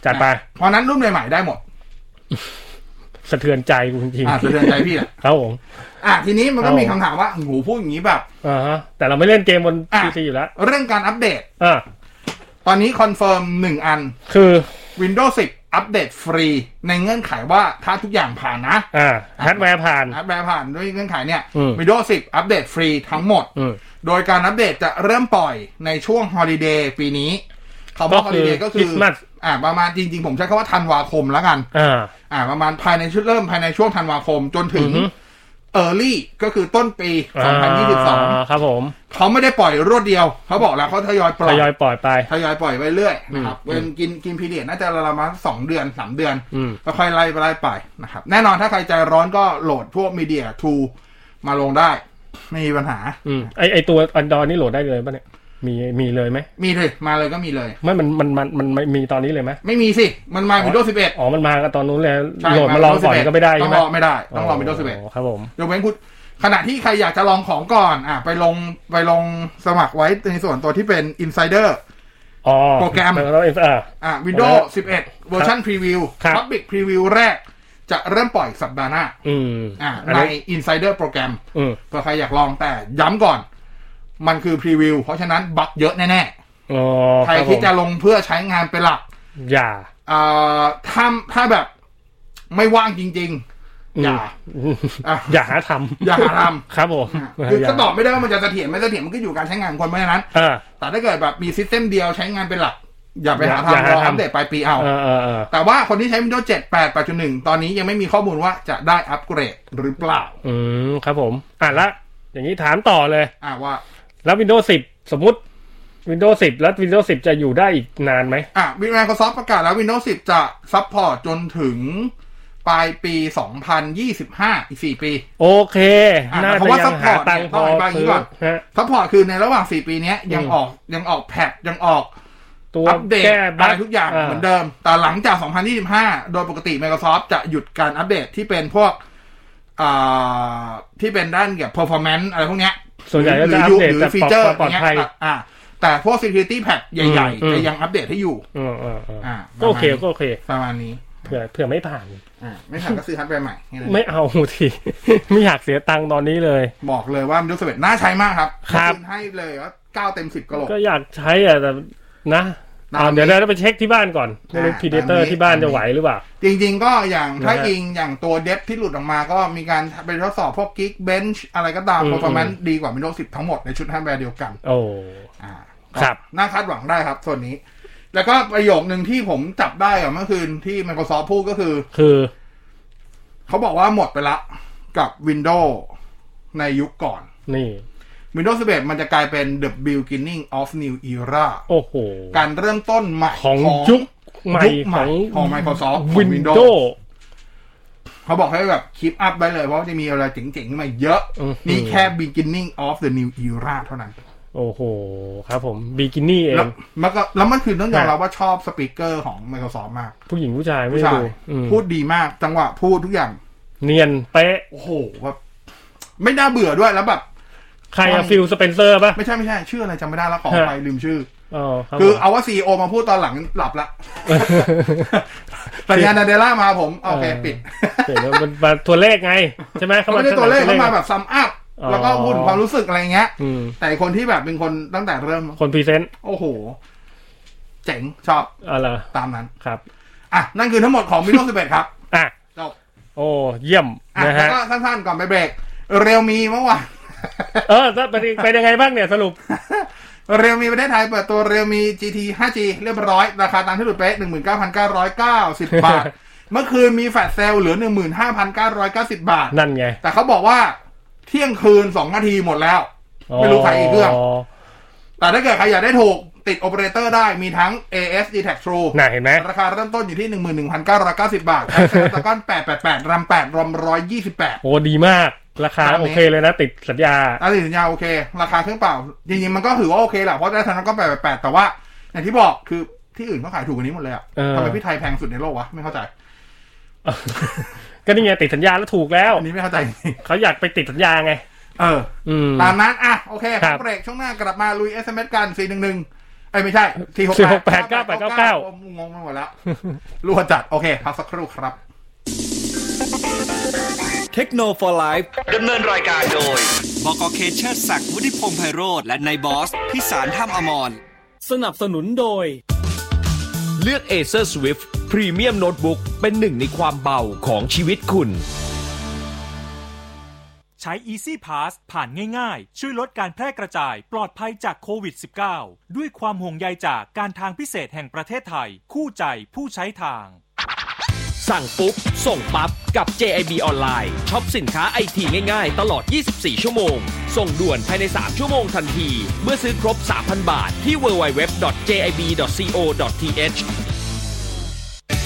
จัดไป เพราะนั้นรุ่นใหม่ๆได้หมด สะเทือนใจกูจริงๆ อ่ะสะเทือนใจพี่อะ ครับผม อ่ะทีนี้มันก็มีคำถามว่าโอ้โหูพูดอย่างนี้แบบ อ่าฮะแต่เราไม่เล่นเกมบน อ่ะ พีซีอยู่แล้ว เรื่องการอัปเดต อ่า ตอนนี้คอนเฟิร์มหนึ่งอัน คือ Windows 10 อัปเดตฟรี ในเงื่อนไขว่าถ้าทุกอย่างผ่านนะ อ่าฮาร์ดแวร์ผ่าน อัปเดตผ่านด้วยเงื่อนไขเนี่ย อืม Windows 10 อัปเดตฟรีทั้งหมด อืม โดยการอัปเดตจะเริ่มปล่อยในช่วงฮอลิเดย์ปีนี้คำว่าฮ ก็ อ คือ ลิเดย์ก็คื คริ อ สต์มาส อ่าประมาณจริงๆ ผมใช้คำว่าธันวาคมแล้วกัน อ่า อ่า ประมาณภายในชุดเริ่มภายในช่วงธันวาคมจนถึง อือฮึ Early ก็คือต้นปี าครับผม 2022 เขาไม่ได้ปล่อยรวดเดียว เขาบอกแล้วเขาทยอยปล่ ท อย ยอยปล่อยไป ทยอยปล่อยไปเรื่อยนะครับ อืม เป็นกินกินพีเดียน่าจะระมาสองเดือนสามเดือน อืม ก็ค่อยไล่ไปไล่ไปนะครับ แน่นอนถ้าใครใจร้อนก็โหลดพวกมีเดียทูมาลงได้ ไม่มีปัญหา อืมไอไอตัวอันดอนนี่โหลดได้เลยป่ะเนี่ย มีมีเลยไหม มีเลยมาเลยก็มีเลย ไม่มันมันมันมันไม่มีตอนนี้เลยไหม ไม่มีสิ มันมา Windows อ๋อมันมากันตอนนู้นแล้ว ใช่ โหลดมาลองก่อนก็ไม่ได้ ต้อ ใช่ ง ไหม รอไม่ได้ต้องรอ Windows 11 ครับผม ยกเว้นคุณขณะที่ใครอยากจะลองของก่อน อ่ะ ไปลงไปลงสมัครไว้ในส่วนตัวที่เป็น Insider อ๋อ โปรแกรม แล้วอ่า อ่ะ Windows 11 เวอร์ชัน Preview ครับ Public Preview แรก จะเริ่มปล่อยสัปดาห์หน้า อืม อ่ะ อัน ใน นี้ Insider โปรแกรม อืม เพื่อใครอยากลองแต่ย้ำก่อน มันคือพรีวิวเพราะฉะนั้นบั๊กเยอะแน่ อ๋อ ๆ ใคร บผม ที่จะลงเพื่อใช้งานเป็นหลัก อย่า อ่าถ้าถ้าแบบไม่ว่างจริง ๆ อย่า อ่ะ อย่าหาทำ อย่าหาทำ ครับผม คือก็ ย่า ตอบไม่ได้ว่ามันจะเสถียรไม่เสถียรมันก็อยู่กับการใช้งานของคนเพราะฉะนั้น อ่า แต่ถ้าเกิดแบบมีซิสเต็มเดียวใช้งานเป็นหลัก อย่าไปหา อย่า ทำร หา อ ทำ อัปเดตปลายปีเอา เออเออเออ แต่ว่าคนที่ใช้ Windows 7 8 8 1 ตอนนี้ยังไม่มีข้อมูลว่าจะได้อัปเกรดหรือเปล่า อืมครับผม อ่ะละ อย่างนี้ถามต่อเลย อ่าว่า แล้ว Windows 10 สมมติ Windows 10 แล้ว Windows 10 จะอยู่ได้อีกนานไหม อ่ะ Microsoft ประกาศแล้ว Windows 10 จะซัพพอร์ตจนถึงปลายปี 2025 อีก 4 ปี โอเค อ่ะ น่าจะเพราะว่า ยังหา support ตังค์พอ เนี่ยต้องอธิบายอย่างนี้ ซื้อ ก่อน ฮะ ซัพพอร์ตคือในระหว่าง 4 ปีเนี้ยยัง อืม ออกยังออกแพทยังออก ตัว อัปเดต แก้ อะ บั๊ ไร ก ทุกอย่างเหมือนเดิม แต่หลังจาก 2025 โดยปกติ Microsoft จะหยุดการอัปเดตที่เป็นพวกอ่าที่เป็นด้านเกี่ยวกับ performance อะไรพวกเนี้ย ส่วนใหญ่ก็ หรื จะอัป ยุค เดต หรื แต่ อฟีเจอร์ ปลอด เงี้ย ภัย อ่ะอ่ะแต่พวก security patch ใหญ่ อืม ๆ จะยังอัปเดตให้อยู่ เออเออเออ อ่ะ ก็โอเคก็โอเค ประมาณนี้ เผื่อเผื่อไม่ผ่าน อ่ะไม่ถามก็ซื้อฮัทไปใหม่แค่นั้น ไม่เอาที ไม่อยากเสียตังค์ตอนนี้เลย บอกเลยว่า Windows 11น่าใช้มากครับ ครับ ณให้เลยว่า9เต็ม 10กะโหลก ก็อยากใช้อ่ะแต่นะ ตามนี้ อ่ะเดี๋ยวเราไปเช็คที่บ้านก่อนไม่รู้ อ่ะ พีเดเตอ ตามนี้ ร์ที่บ้านจะไหวหรือเปล่า จริงๆก็อย่าง นะฮะ ถ้าอิงอย่างตัวเดฟที่หลุดออกมาก็มีการไปทดสอบพวก Geek Bench อะไรก็ตาม อืม performance ดีกว่า Windows 10 ทั้งหมดในชุดฮัมแวร์เดียวกัน โอ้ อ่า ครับ น่าคาดหวังได้ครับส่วนนี้ แล้วก็ประโยคหนึ่งที่ผมจับได้อะเมื่อคืนที่ Microsoft พูดก็คือ คือ เขาบอกว่าหมดไปละกับ Windows ในยุคก่อน นี่ Windows 11 มันจะกลายเป็น the beginning of new era โอ้โห การเริ่มต้นใหม่ ของยุคใหม่ ยุคขใหม่ อง ของ Microsoft ของ Windows เขาบอกให้แบบคลิปอัพไว้เลย เพราะว่าจะมีอะไรเจ๋งๆมาเยอะ อื้อหือ นี่แค่ beginning of the new era เท่านั้น โอ้โห ครับผมบิกินี่เอ แล้ว ง มันก็แล้วมันคือต้องยอม ฮะ รับว่าชอบสปีกเกอร์ของ Microsoft มาก ผู้หญิงผู้ชายไม่ ผู้ ได้ ชาย ดูอืม พูดดีมากจังหวะพูดทุกอย่าง เนียนเป๊ะ โอ้โหแบบไม่น่าเบื่อด้วยแล้วแบบ ใคร ใช่ อะฟิลสเปนเซอร์ป่ะ ไม่ใช่ไม่ใช่ ชื่ออะไรจำไม่ได้แล้วขอ ฮะ ไปลืมชื่อ อ๋อครับ คือ ผม เอาว่าซีโอมาพูดตอนหลังหลับ ละสัญญาณนาเดล่ามาผมโอเค เออ ปิด เดี๋ยวมันมาตัวเลข ไง ใช่ไหม เขาไม่ได้ตัวเลขเขามาแบบซัมอัพ อ๋อ แล้วก็พูดถึงความรู้สึกอะไรเงี้ย อืม แต่คนที่แบบเป็นคนตั้งแต่เริ่ม คนพรีเซนต์ โอ้โห เจ๋งชอบ อะไร ตามนั้น ครับ อ่ะ นั่นคือทั้งหมดของ Windows 11 ครับ อ่ะ จบ โอ้เยี่ยม อ่ะ นะ แล้ว ฮะ ก็สั้นๆก่อนไปเบรก เร็วมีเมื่อวาน เออแล้วเป็นเป็นยังไงบ้างเนี่ยสรุป เรียวมีประเทศไทยเปิดตัวเรียวมี GT 5G เรียบร้อย ราคาตามที่หลุดเป๊ะ19,990 บาท เมื่อคืนมีแฟลชเซลล์เหลือ 15,990 บาท นั่นไง แต่เขาบอกว่าเที่ยงคืน 2 นาทีหมดแล้ว ไม่รู้ใครอีกเครื่อง แต่ถ้าเกิดใครอยากได้ถูกติดโอเปอเรเตอร์ได้มีทั้ง AS d t a c True น่ะเห็นไหม ราคาเริ่มต้นอยู่ที่ 11,990 บาทตะก้อน888รำ8รอม128 โอ้ดีมาก ราคา ตามนี้ โอเคเลยนะ ติดสัญญา อันนี้สัญญาโอเค ราคาเครื่องเปล่า จริงๆ มันก็ถือว่าโอเคแหละเพราะได้ทั้งนั้นก็แปดแปดแต่ว่า อย่างที่บอกคือที่อื่นเขาขายถูกกว่านี้หมดเลยอะ เออ ทำไมพี่ไทยแพงสุดในโลกวะ ไม่เข้าใจ ก็นี่ไงติดสัญญาแล้วถูกแล้ว อันนี้ไม่เข้าใจ เขาอยากไปติดสัญญาไง เออ อืม ตามนั้น อ่ะ โอเค ครับ พักเบรกช่วงหน้ากลับมาลุย SMS กัน4 1 1ไอ้ยไม่ใช่4 6 468 9899 งงไปหมดแล้วรัวจัด โอเคพักสักครู่ครับ เทคโนโลยีดำเนินรายการโดย บกเคเชอร์ศักดิ์วุฒิพงษ์ไพโรธและนายบอส พิสารท่ามอมร สนับสนุนโดย เลือก Acer Swift Premium Notebook เป็นหนึ่งในความเบาของชีวิตคุณ ใช้ Easy Pass ผ่านง่ายๆ ช่วยลดการแพร่กระจาย ปลอดภัยจากโควิด -19 ด้วยความห่วงใยจากการทางพิเศษแห่งประเทศไทย คู่ใจผู้ใช้ทาง สั่งปุ๊บ ส่งปั๊บ กับ JIB ออนไลน์ช็อปสินค้าไอทีง่ายๆ ตลอด 24 ชั่วโมง ส่งด่วนภายใน 3 ชั่วโมงทันที เมื่อซื้อครบ 3,000 บาทที่ www.jib.co.th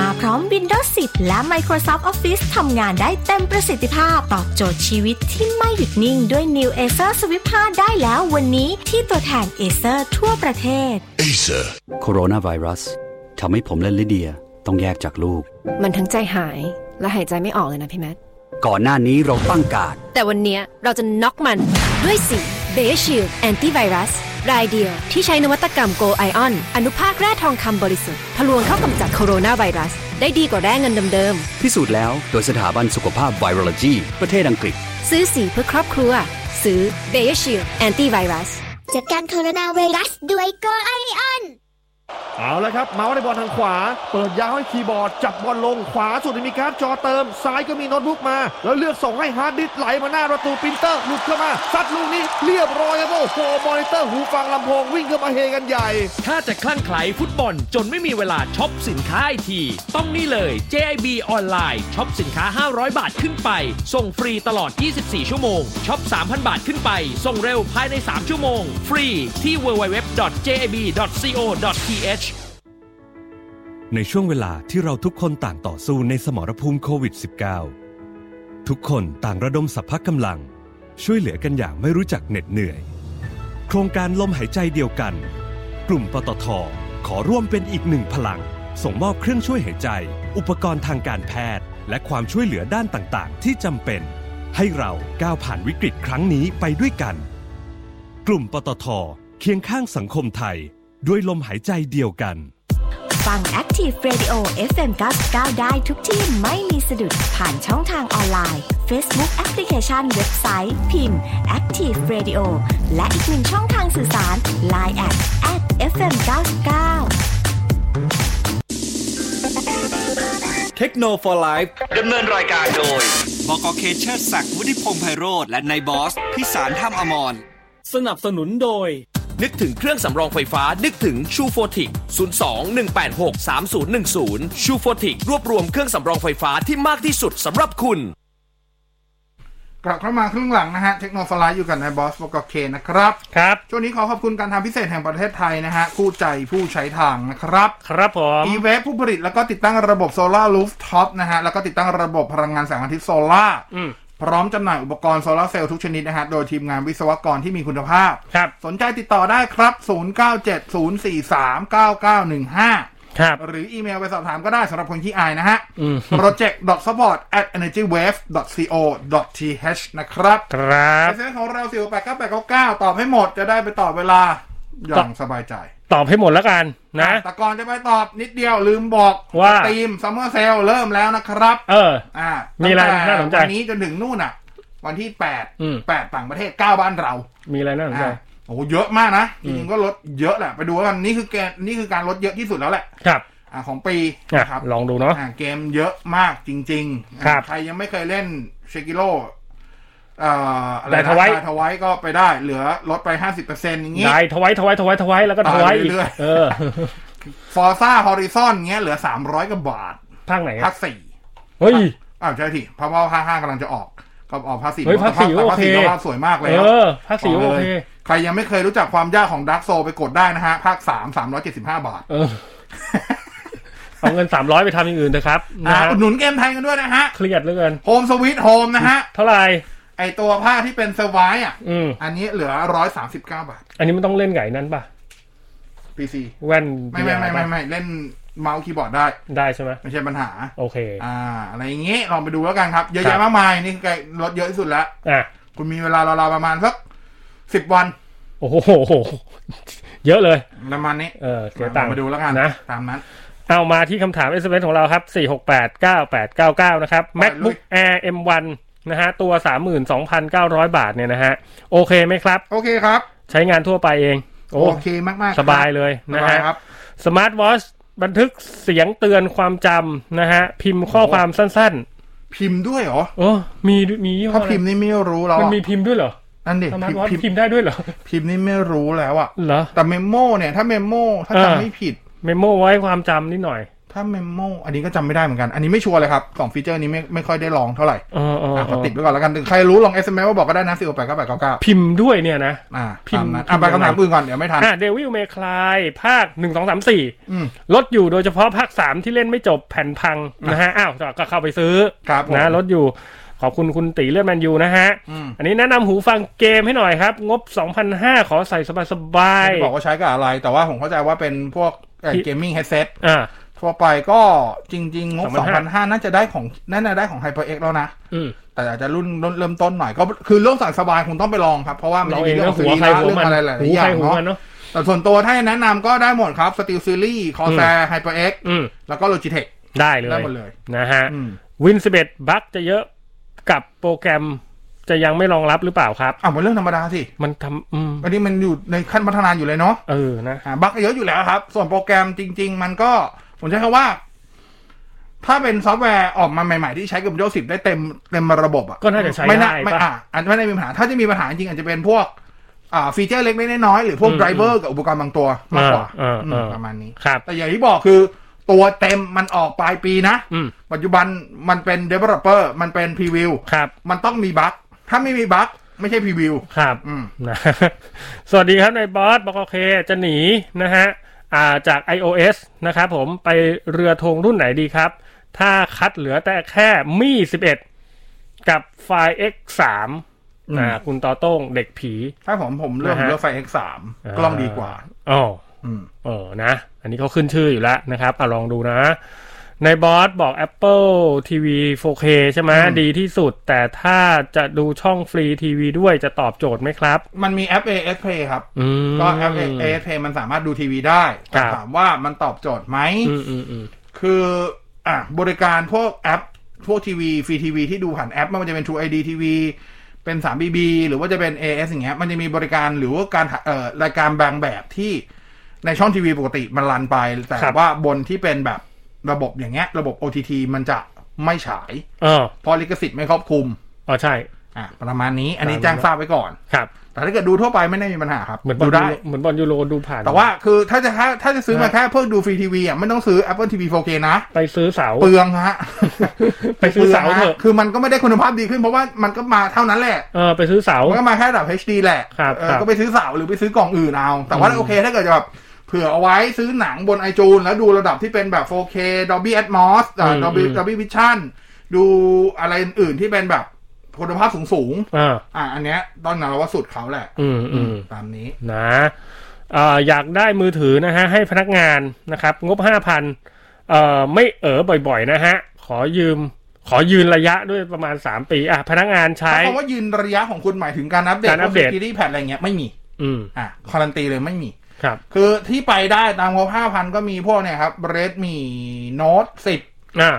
มาพร้อม Windows 10 และ Microsoft Office ทำงานได้เต็มประสิทธิภาพ ตอบโจทย์ชีวิตที่ไม่หยุดนิ่งด้วย New Acer Swift 5 ได้แล้ววันนี้ที่ตัวแทน Acer ทั่วประเทศ Acer โคโรนาไวรัสทำให้ผมและลิเดียต้องแยกจากลูก มันทั้งใจหายและหายใจไม่ออกเลยนะพี่แมท ก่อนหน้านี้เราตั้งการด แต่วันเนี้ยเราจะน็อกมันด้วยสีเบชิลแอนตี้ไวรัสรายเดียวที่ใช้นวัตกรรมโกไอออนอนุภาคแร่ทองคำบริสุทธิ์ทะลวงเข้ากำจัดโคโรนาไวรัส ได้ดีกว่าแร่เงินเดิม พิสูจน์แล้วโดยสถาบันสุขภาพไวร o ลจีประเทศอังกฤษ ๆ ซื้อสีเพื่อครอบครัว ซื้อเบชิลแอนตี้ไวรัส จัดการโคโรนาไวรัสด้วยโกไอออน เอาละครับ เมาส์ในบอลทางขวา เปิดยาวให้คีย์บอร์ด จับบอลลงขวาสุดมีการ์ดจอเติม ซ้ายก็มีโน้ตบุ๊กมา แล้วเลือกส่งให้ฮาร์ดดิสก์ไหลมาหน้าประตูปรินเตอร์หลุดเข้ามาซัดลูกนี้เรียบร้อยครับโอ้โหมอนิเตอร์หูฟังลำโพงวิ่งเข้ามาเฮกันใหญ่ ถ้าจะคลั่งไคล้ฟุตบอลจนไม่มีเวลาช็อปสินค้าไอที ต้องนี่เลย JIB ออนไลน์ช็อปสินค้า 500 บาทขึ้นไป ส่งฟรีตลอด 24 ชั่วโมงช็อป 3,000 บาทขึ้นไป ส่งเร็วภายใน 3 ชั่วโมง ฟรีที่ www.jib.co.th ในช่วงเวลาที่เราทุกคนต่างต่อสู้ในสมรภูมิโควิด -19 ทุกคนต่างระดมสรรพกำลัง ช่วยเหลือกันอย่างไม่รู้จักเหน็ดเหนื่อย โครงการลมหายใจเดียวกัน กลุ่มปตทขอร่วมเป็นอีกหนึ่งพลัง ส่งมอบเครื่องช่วยหายใจ อุปกรณ์ทางการแพทย์ และความช่วยเหลือด้านต่างๆ ที่จำเป็น ให้เราก้าวผ่านวิกฤตครั้งนี้ไปด้วยกัน กลุ่มปตทเคียงข้างสังคมไทย ด้วยลมหายใจเดียวกัน ฟัง Active Radio FM 99ได้ทุกที่ไม่มีสะดุดผ่านช่องทางออนไลน์ Facebook แอปพลิเคชันเว็บไซต์พิมพ์ Active Radio และอีกหนึ่งช่องทางสื่อสาร Line at at FM 99 เทคโนโลยีไลฟ์ดำเนินรายการโดย บกเคเชอร์ศักดิ์วุฒิพงษ์ไพโรธและนายบอส พิสารท่ามอมร สนับสนุนโดย นึกถึงเครื่องสำรองไฟฟ้า นึกถึงชูโฟติก02 186 3010 ชูโฟติกรวบรวมเครื่องสำรองไฟฟ้าที่มากที่สุดสำหรับคุณ กลับเข้ามาครึ่งหลังนะฮะ เทคโนโลยีอยู่กันในบอสบกเคนะครับ ครับ ช่วงนี้ขอขอบคุณการทำพิเศษแห่งประเทศไทยนะฮะคู่ใจผู้ใช้ทางนะครับ ครับผม อีเวฟผู้ผลิตแล้วก็ติดตั้งระบบโซลารูฟท็อปนะฮะ แล้วก็ติดตั้งระบบพลังงานแสงอาทิตย์โซลา่า อืม พร้อมจำหน่ายอุปกรณ์โซลาร์เซลล์ทุกชนิดนะฮะ โดยทีมงานวิศวกรที่มีคุณภาพ ครับ สนใจติดต่อได้ครับ 0970439915 ครับ หรืออีเมลไปสอบถามก็ได้สำหรับคนที่อายนะฮะ อืม project.support@energywave.co.th นะครับ ครับ เซนของเราสิวแปดเก้าแปดเก้าเก้าตอบให้หมดจะได้ไปตอบเวลา อย่า ต ง อบ สบายใจ ตอบให้หมดแล้วกันนะ แต่ก่อนจะไปตอบนิดเดียวลืมบอก ว่า ทีมซัมเมอร์เซลเริ่มแล้วนะครับ เออ อ่า มีอะไร ตั้งแต่ น่าสนใจ วันี้จนถึงนู่นอ่ะ วันที่แปด อืม แปดต่างประเทศเก้าบ้านเรา มีอะไรน่าสนใจ อ่าโอ้โหเยอะมากนะจริงๆก็ลดเยอะแหละไปดูกันนี่คือแกนนี่คือการลดเยอะที่สุดแล้วแหละ ครับ อ่าของปี อ่ะ นะครับ ลองดูเนาะ อ่าเกมเยอะมากจริงๆอ่า ครับ ใครยังไม่เคยเล่นเชกิโลเอ่ออะไร ได้ นะ ทวาย ด้ทวายก็ไปได้เหลือลดไปห้าสิบเปอร์เซ็นต์อย่างงี้ ได้ทวายทวายทวายทวายแล้วก็ทวายอีก เรื่อยๆ เอ อ ฟอร์ซ่าฮอริซอนเงี้ยเหลือสามร้อยกว่าบาท ภาคไหนอะภาคสี่ เฮ้ย อ้าวใช่ทีเพราะว่าภาคห้ากำลังจะออกก็ออกภาคสี่ เฮ้ยภาคสี่ แต่ภาคสี่ โอเค ก็ภาคสวยมากเลย เออภาคสี่โอเค ใครยังไม่เคยรู้จักความยากของดักโซไปกดได้นะฮะ ภาคสามสามร้อยเจ็ดสิบห้าบาท เออ เอาเงินสามร้อยไปทำอย่างอื่นเถอะครับนะ อ่า ฮะ อุดหนุนเกมไทยกันด้วยนะฮะ เครียดเหลือเกิน โฮมสวิตโฮมนะฮะ เท่าไหร่ ไอตัวผ้าที่เป็นเซอร์ไวอ่ะ อืม อันนี้เหลือร้อยสามสิบเก้าบาท อันนี้มันต้องเล่นไก่นั้นป่ะ PC แว่น ไม่ไม่ VR ไม่ไม่ไม่เล่นเมาส์คีย์บอร์ดได้ ได้ใช่ไหม ไม่ใช่ปัญหา โอเค อ่า อะไรอย่างงี้ ลองไปดูแล้วกันครับ เยอะ ครั แยะ บ มากมาย นี่คือลดเยอะที่สุดแล้ว อ่ะ คุณมีเวลาราวๆประมาณสักสิบวัน โอ้โห เยอะเลย ประมาณนี้ เออเสียตังค์ มาดูแล้วกัน นะ ตามนั้น เอามาที่คำถาม SMS ของเราครับ 4689899 นะครับ MacBook Air M1 นะฮะ ตัว 32,900 บาทเนี่ยนะฮะ โอเคไหมครับ โอเคครับ ใช้งานทั่วไปเอง โอ้ โอเคมากๆ สบายเลยนะ สบา ฮะ ยครับ สมาร์ทวอชบันทึกเสียงเตือนความจำนะฮะ พิมพ์ข้อความสั้น ๆ พิมพ์ด้วยเหรอ โอ้มีมียี่ห้อ ถ้าพิมพ์นี่ไม่รู้แล้ว มันมีพิมพ์ด้วยเหรอ นั่นดิ สมาร์ทวอชพิมพ์ได้ด้วยเหรอ พิมพ์นี่ไม่รู้แล้วอะ เหรอ แต่เมมโมเนี่ยถ้าเมมโมถ้าจำไม่ผิด เมมโมไว้ความจำนิดหน่อย ถ้าเมมโมอันนี้ก็จำไม่ได้เหมือนกัน อันนี้ไม่ชัวร์เลยครับสองฟีเจอร์นี้ไม่ไม่ค่อยได้ลองเท่าไหร่ เออเออ อ่ะ เอ ขอ อ ติดไว้ก่อนแล้วกันถึงใครรู้ลอง SMS มาบอกก็ได้นะสี่แปดเก้าแปดเก้าเก้า พิมพ์ด้วยเนี่ยนะ อ่า พิมพ์ ตามนั้นอ่ะไป พิมพ์ คำถามอื่นก่อนเดี๋ยวไม่ทัน อ่าเดวิลเมคลายภาคหนึ่งสองสามสี่ อืม ลดอยู่โดยเฉพาะภาคสามที่เล่นไม่จบแผ่นพังนะฮะ อ้าวก็เข้าไปซื้อ ครับผม นะลดอยู่ขอบคุณคุณตีเลือดแมนยูนะฮะ อืม อันนี้แนะนำหูฟังเกมให้หน่อยครับ งบ 2,500 ขอใส่สบาย ไม่ได้บอกว่าใช้กับอะไร แต่ว่าผมเข้าใจว่าเป็นพวกเกมมิ่งเฮดเซ็ต ๆอ่า ทั่วไปก็จริง ๆ งบ 2,500 2,500น่าจะได้ของน่าจะได้ของ HyperX แล้วนะ อืม แต่อาจจะรุ่นรุ่นเริ่มต้นหน่อยก็คือเรื่องสั่งสบายคงต้องไปลองครับ เพราะว่ามันจะมีเรื่อง เราเอสรีะงนะหัวใครหัว เรื่อง มัน อะไรหลาย หู ๆอ ใคร ย่าง หูมันเนอะ เนาะแต่ส่วนตัวถ้าแนะนำก็ได้หมดครับ Steel Series c o r s a i r HyperX อืม แล้วก็ Logitech ได้เลย ได้หมดเลย นะฮะ อืม Win 11บั๊กจะเยอะกับโปรแกรมจะยังไม่รองรับหรือเปล่าครับ อ่ะมันเรื่องธรรมดาสิ มันทำอืม อันนี้มันอยู่ในขั้นพัฒนาอยู่เลยเนาะ เออนะ อ่าบั๊กเยอะอยู่แล้วครับ ส่วนโปรแกรมจริง ๆ มันก็ ผมใช้คำว่า ถ้าเป็นซอฟต์แวร์ออกมาใหม่ ๆ ที่ใช้กับ Windows 10 ได้เต็มเต็มระบบอ่ะ ก็น่าจะใช้ ไม่น่า ได้ ไม่ ปะ อ่ะอันไม่ได้มีปัญหา ถ้าจะมีปัญหาจริงๆอาจจะเป็นพวก อ่า ฟีเจอร์เล็กๆน้อยๆหรือพวก อืม ไดรเวอร์กับอุปกรณ์บางตัวมากกว่า อ่าอ่า อืม อ่า ประมาณนี้ ครับ แต่อย่างที่บอกคือ ตัวเต็มมันออกปลายปีนะ อืม ปัจจุบันมันเป็น developer มันเป็น preview ครับ มันต้องมีบั๊กถ้าไม่มีบั๊กไม่ใช่ preview ครับ อืม นะ สวัสดีครับนายบอสบอกโอเค จะหนีนะฮะอ่าจาก iOS นะครับผมไปเรือธงรุ่นไหนดีครับ ถ้าคัดเหลือแต่แค่มี่11 กับไฟล์ X3 อืม นะคุณต่อโต้งเด็กผี ถ้าผมผมเลือก นะ ผ ฮะ มเลือกไฟ X3 กล้องดีกว่า อ๋อ อืม เออนะ อันนี้เขาขึ้นชื่ออยู่แล้วนะครับเอาลองดูนะ ในบอสบอก Apple TV 4K ใช่ไหม อืม ดีที่สุด แต่ถ้าจะดูช่องฟรีทีวีด้วยจะตอบโจทย์ไหมครับ มันมีแอป AS Play ครับ อืม ก็แอป AS Play มันสามารถดูทีวีได้แต่ ครับ ถามว่ามันตอบโจทย์ไหม อืมอืมอืม คืออ่ะบริการพวกแอป พวกทีวี ฟรีทีวีที่ดูผ่านแอปไม่ว่าจะเป็น True ID TV เป็น 3BB หรือว่าจะเป็น AS อย่างเงี้ยมันจะมีบริการหรือว่าการเอ่อรายการบางแบบที่ในช่องทีวีปกติมันรันไป แต่ ครับ ว่าบนที่เป็นแบบระบบอย่างเงี้ยระบบ OTT มันจะไม่ฉาย เออ เพราะลิขสิทธิ์ไม่ครอบคลุม อ๋อใช่ อ่ะประมาณนี้ อันนี้แจ้งทราบไว้ก่อน ครับ แต่ถ้าเกิดดูทั่วไปไม่ได้มีปัญหาครับ เหมือนบอล ดู ยู ได้ โรเหมือนบอลยูโรดูผ่าน แต่ว่าคือถ้าจะถ้าถ้าจะซื้อมา ะ แค่เพื่อดูฟรีทีวีอ่ะไม่ต้องซื้อ Apple TV 4K นะ ไปซื้อเสา เปลืองฮะ ไปซื้อเสาเถอะ คือมันก็ไม่ได้คุณภาพดีขึ้นเพราะว่ามันก็มาเท่านั้นแหละ เออไปซื้อเสา มันก็มาแค่ระดับ HD แหละ ครับ เออ ครับ ก็ไปซื้อเสาหรือไปซื้อกล่องอื่นเอา แต่ว่า อืม โอเคถ้าเกิดจะแบบเผื่อเอาไว้ซื้อหนังบน i อจูนแล้วดูระดับที่เป็นแบบ 4K Dolby Atmos อ่า Dolby Dolby Vision ดูอะไรอื่นๆที่เป็นแบบคุณภาพสูง อ่า ๆอ่ะอันเนี้ยต้องนำเราว่าสุดเขาแหละ อืมอืม ตามนี้ นะเอ่ออยากได้มือถือนะฮะให้พนักงานนะครับงบห้าพันเอ่อไม่เออบ่อยๆนะฮะขอยืมขอยืนระยะด้วยประมาณ 3 ปีอ่ะพนักงานใช้ เพราะว่ายืนระยะของคุณหมายถึงการอัปเดต การอัปเดต พว security patch อะไรเงี้ยไม่มี อืม อ่ะคารันตีเลยไม่มี ครับ คือที่ไปได้ตามงบห้าพันก็มีพวกเนี่ยครับเรดมีโน้ตสิบ อ่ะ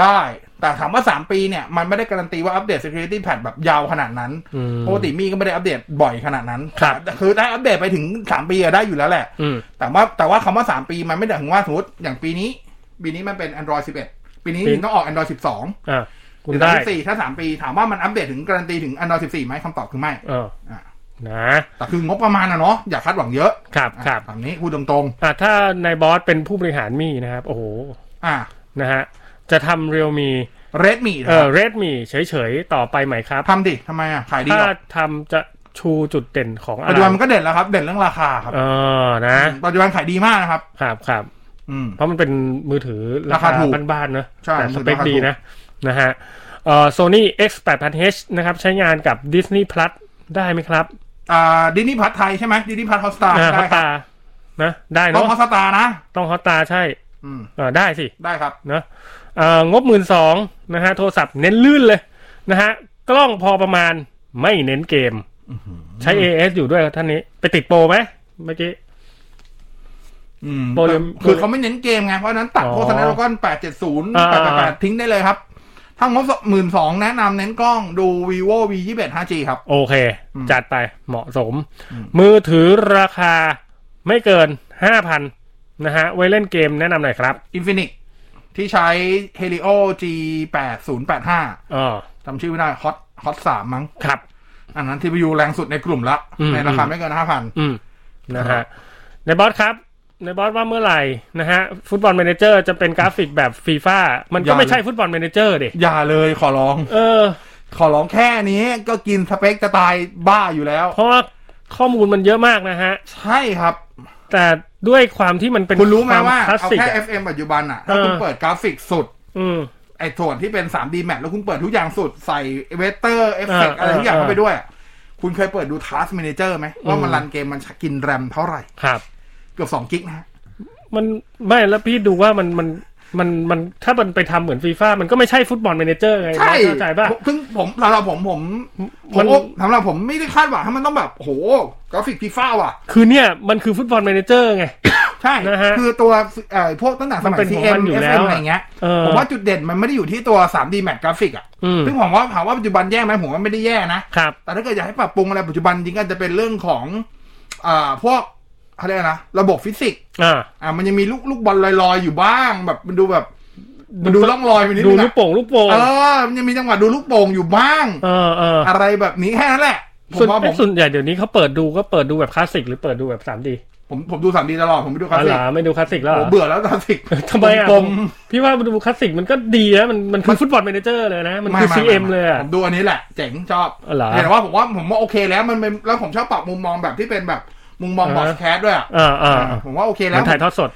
ได้ แต่ถามว่า 3 ปีเนี่ย มันไม่ได้การันตีว่าอัปเดต security patch แบบยาวขนาดนั้น อืม ปกติมีก็ไม่ได้อัปเดตบ่อยขนาดนั้น ครับ แต่คือได้อัปเดตไปถึง 3 ปีอะได้อยู่แล้วแหละ อืม แต่ว่าแต่ว่าคำว่า 3 ปีมันไม่ได้ถึงว่าสมมติอย่างปีนี้ ปีนี้มันเป็น Android 11 ปีนี้มันต้องออก Android 12 อ่ะคุณ หรือ ได้ 14ถ้า 3 ปีถามว่ามันอัปเดตถึงการันตีถึง Android 14ไหมคำตอบคือไม่ เออ อ่ะ นะ แต่คืองบประมาณนะเนาะอย่าคาดหวังเยอะ ครับ อ่ะ ครับ ตามนี้พูดตรง อ่ะถ้านายบอสเป็นผู้บริหารมี่นะครับ โอ้โห ๆอ่า นะฮะจะทำเรียวมี เรดมี่ เออเรดมีเฉยๆ ต่อไปไหมครับ ทำดิทำไมอ่ะ ขายดี ถ้า เหรอ ทำจะชูจุดเด่นของอะ ปัจ ไร จุบันมันก็เด่นแล้วครับ เด่นเรื่องราคาครับ เออนะ ปัจจุบันขายดีมากนะครับ ครับครับ อืม เพราะมันเป็นมือถือราคา ราคาถูก บ้านๆเนอะ ใช่ แต่สเปค มือถือราคา ดี ถูก นะนะฮะเอ่อ Sony X 8 0 0 H นะครับ ใช้งานกับ Disney Plus ได้ไหมครับ อ่าดินี่พัทไทยใช่ไหมดินี่พัทฮอสตา อ่าฮอ ได้ ต ครับต้อตานะได้เนาะ งฮอสตานะ ต้องฮอตตาใช่ อืม เออได้สิ ได้ครับ เนอะเอ่องบหมื่นสองนะฮะ โทรศัพท์เน้นลื่นเลยนะฮะ กล้องพอประมาณไม่เน้นเกม ใช้ AS อยู่ด้วยครับท่านนี้ไปติดโปรไหมเมื่อกี้ อืม โปรเรม คือเขาไม่เน้นเกมไง เพราะฉะนั้นตัด อ๋อ โฆษณาก้อนแปดเจ็ดศูนย์ อ่า แปดแปดทิ้งได้เลยครับ ถ้างบหมื่นสองแนะนำเน้นกล้องดู vivo v ยี่สิบเอ็ด 5G ครับ โอเค อืม จัดไปเหมาะสม อืม มือถือราคาไม่เกินห้าพัน นะฮะไว้เล่นเกมแนะนำหน่อยครับ Infinix ที่ใช้ Helio G8085 อ๋อ จำชื่อไม่ได้ Hot Hot 3 มั้ง ครับ อันนั้น TPU แรงสุดในกลุ่มละ อืม ในราคาไม่เกิน อืมนะฮะในบอสครับ ในบอสว่าเมื่อไหร่นะฮะฟุตบอลแมเนเจอร์จะเป็นกราฟิกแบบฟีฟ่ามันก็ไม่ใช่ฟุตบอลแมเนเจอร์ดิ 5,000 อย่าเลยขอร้อง เออ ขอร้องแค่นี้ก็กินสเปคจะตายบ้าอยู่แล้ว เพราะว่าข้อมูลมันเยอะมากนะฮะ ใช่ครับ แต่ด้วยความที่มันเป็น คุณรู้ไหม คว ว่า คลาส เอา สิก แค่ อะ FM ปัจจุบันอ่ะ ถ้าคุณ เออ เปิดกราฟิกสุด อืม ไอ้ส่วนที่เป็น 3D Map แล้วคุณเปิดทุกอย่างสุดใส่เวเตอร์เอฟเฟก เอออ อะไรทุกอย่าง เออ เข้าไปด้วย คุณเคยเปิดดู Task Manager ไหมว่ามัน อืม รันเกมมันกินแรมเท่าไหร่ ครับ เกือบสองกิกนะฮะ มันไม่แล้วพี่ดูว่ามันมันมันมันถ้ามันไปทำเหมือนฟีฟ่ามันก็ไม่ใช่ฟุตบอลแมเนเจอร์ไง ใช่ เข้าใจป่ะ ซึ่งผมสำหรับผมผมผ มั ม น สำหรับผมไม่ได้คาดหวังให้มันต้องแบบโหกราฟิกพีฟ้าว่ะ คือเนี่ยมันคือฟุตบอลแมเนเจอร์ไง ใช่ นะฮะ คือตัวเอ่อพวกตั้งแต่ส มั มัย นเป็นของ CM มันอยู่แล้ว FM อะไรเงี้ย เออ ผมว่าจุดเด่นมันไม่ได้อยู่ที่ตัว 3D Map กราฟิกอ่ะ อืม ซึ่งผมว่าถามว่าปัจจุบันแย่ไหมผมว่าไม่ได้แย่นะ ครับ แต่ถ้าเกิดอยากให้ปรับปรุงอะไรปัจจุบันจริงก็จะเป็นเรื่องของอ่าพวกเขาเรียกอะไรนะ ระบบฟิสิกส์ อ่า อ่ามันยังมีลูกลูกบอลลอยๆ อยู่บ้าง แบบมันดูแบบ มันดูร่องรอยไปนิด ดู นึง ลูก อะ โป่งลูกโป่ง เออมันยังมีจังหวะดูลูกโป่งอยู่บ้าง เออเออ อะไรแบบนี้แค่นั้นแหละ ผม ส่วน ว่าผม ส่วนใหญ่เดี๋ยวนี้เขาเปิดดูก็เปิดดูแบบคลาสสิกหรือเปิดดูแบบ 3D ผมผมดูสามดีตลอดผมไม่ดูคลาสอ๋อ สิ เหร ก อไม่ดูคลาสสิกแล้วเหร ผ อ มเบื่อแล้วคลาสสิก ทำไมอ่ะ กลม พี่ว่าดูคลาสสิกมันก็ดีนะมันมันคือฟุตบอลแมเนเจอร์เลยนะ ๆ มันคือ ไไไ CM เลยอะ ผมดูอันนี้แหละ เจ๋งชอบ อ๋อเหรอ เห็นว่าผมว่าผมว่าโอเคแล้วมันเป็นแล้วผมชอบปรับมุมมองแบบที่เป็นแบบมุมมอง อ่า บอสแคสด้วยอะ เอ่าอ่า อ่าผมว่าโอเคแล้ มั ว นถ่ายทอดสด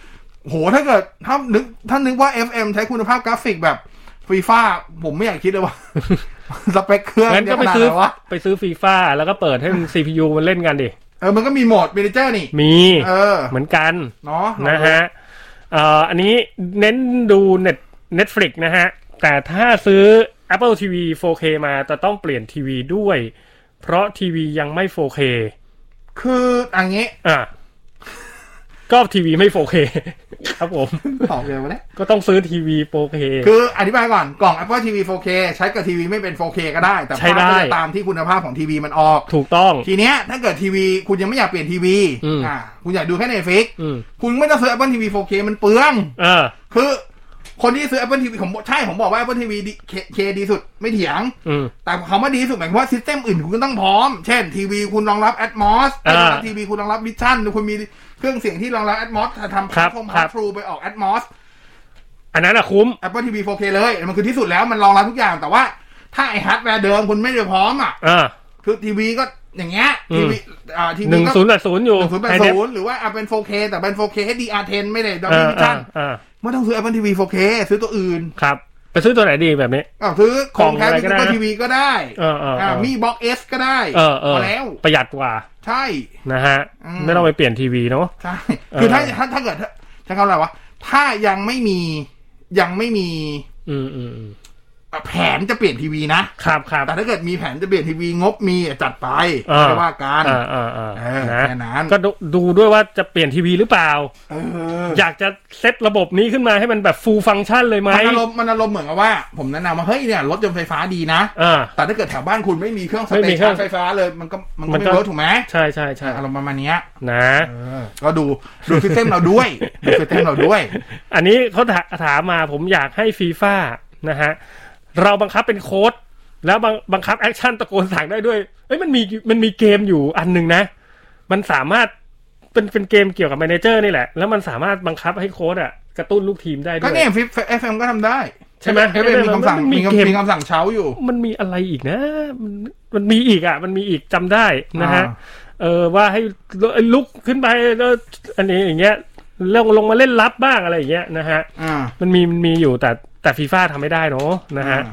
โหถ้าเกิดถ้านึกถ้านึกว่า FM ใช้คุณภาพกราฟิกแบบฟีฟ่าผมไม่อยากคิดเลยว่า สเปคเครื่อง งั้นก็ไป เยะ ซื้อ ขาดหวะ ไปซื้อฟีฟ่าแล้วก็เปิดให้มัน CPU มันเล่นกันดิ เออมันก็มีโหมดเมเนเจอร์นี่ มี เออ เหมือนกัน เนาะ นะฮะเอ่ออันนี้เน้นดู Net Netflix นะฮะ แต่ถ้าซื้อ Apple TV 4K มาจะต้องเปลี่ยนทีวีด้วย เพราะทีวียังไม่ 4K คืออันนี้ อ่ะ ก็ทีวีไม่ 4K ครับผม ตอบเร็วนะ ก็ต้องซื้อทีวี 4K คืออธิบายก่อนกล่อง Apple TV 4K ใช้กับทีวีไม่เป็น 4K ก็ได้ แต่ ใช้ ภาพ ได้ ก็จะตามที่คุณภาพของทีวีมันออก ถูกต้อง ทีเนี้ยถ้าเกิดทีวีคุณยังไม่อยากเปลี่ยนทีวี อืม อ่าคุณอยากดูแค่ Netflix อืม คุณไม่ต้องซื้อ Apple TV 4K มันเปลือง เออ คือ คนที่ซื้อ Apple TV ผมบอกใช่ผมบอกว่า Apple TV ดีเคเคดีสุดไม่เถียง อืม แต่คำว่าดีที่สุดหมายความว่าซิสเต็มอื่นคุณก็ต้องพร้อม เช่นทีวีคุณรองรับ Atmos อ่า ถ้ารับทีวีคุณรองรับ Vision คุณมีเครื่องเสียงที่รองรับ Atmos ถ้าทำ ครับ พม คพารับ ทรูไปออก Atmos อันนั้นอะคุ้ม Apple TV 4K เลย มันคือที่สุดแล้วมันรองรับทุกอย่างแต่ว่าถ้าไอฮาร์ดแวร์เดิมคุณไม่ได้พร้อมอ่ะ อ่า คือทีวีก็อย่างเงี้ย อืม ทีวีอ่าที ห วี นึ่ง ก็ ศูนย์แปดศูนย์อยู่ หนึ่งศูนย์แปด ไฮเดฟ ศูนย์หรือว่าอ่ะเป็น 4K แต่เป็น 4K HDR10 ไม่ได้ดับ อ่ เบิลวิชั่ าน อ่า ไม่ต้องซื้อ Apple TV 4K ซื้อตัวอื่น ครับ ไปซื้อตัวไหนดีแบบนี้ อ่ะซื้อของแท้ กล่องอะไร เป็น ก็ ซูเปอได้นะ ร์ทีวีก็ได้ เออเออเอออ่ ะมีบ็อกเอสก็ได้ เออเออ พแล้ว ประหยัดกว่า ใช่ นะฮะ อืม ไม่ต้องไปเปลี่ยนทีวีเนาะ ใช่ เออ คือถ้าถ้าถ้าเกิดใช้คำอะไรวะ ถ้ายังไม่มียังไม่มี อืมอืมอืม แผนจะเปลี่ยนทีวีนะ ครับครับ แต่ถ้าเกิดมีแผนจะเปลี่ยนทีวีงบมีอ่ะจัดไป อ่ ไม่ว่ากัน อ่าอ่าอ่า เออ นะ แค่นั้น ก็ดูดูด้วยว่าจะเปลี่ยนทีวีหรือเปล่า เออ อยากจะเซตระบบนี้ขึ้นมาให้มันแบบฟูลฟังก์ชันเลยไหม มันอารมณ์มันอารมณ์เหมือนกับว่า ผมแนะนำว่าเฮ้ยเนี่ยรถยนต์ไฟฟ้าดีนะ อ่า แต่ถ้าเกิดแถวบ้านคุณไม่มีเครื่องส ไม่ เต มีเครื่ ชั อน ง ไฟฟ้าเลย มันก็มันก็ มันก็ ไม่เวิร์กถูกไหม ใช่ใช่ใช่ อารมณ์ประมาณเนี้ย นะ เออก็ดูดูซิสเต็มเราด้วย ดูซิสเต็มเราด้วย อันนี้เขาถาถามมาผมอยากให้ฟีฟ่านะฮะ เราบังคับเป็นโค้ดแล้วบังบังคับแอคชั่นตะโกนสั่งได้ด้วยเอ้ยมันมีมันมีเกมอยู่อันหนึ่งนะ มันสามารถเป็นเป็นเกมเกี่ยวกับแมเนเจอร์นี่แหละ แล้วมันสามารถบังคับให้โค้ดอะกระตุ้นลูกทีมได้ด้ ก็ วย เนี่ยฟิเอฟเอ็มก็ทำได้ ใช่ไหม เอฟเอ็มมีคำสั่ง มันมี มี เกม คำมีคำสั่งเช้าอยู่ มันมีอะไรอีกนะ มันมันมีอีกอ่ะ มันมีอีกจำได้นะฮะ อ่า เออว่าให้ลุกขึ้นไปแล้วอันนี้อย่างเงี้ยแล้วลงมาเล่นลับบ้างอะไรอย่างเงี้ยนะฮะ อ่า มันมีมันมีอยู่แต่แต่ฟีฟ่าทำไม่ได้เนอะนะฮะ อ่า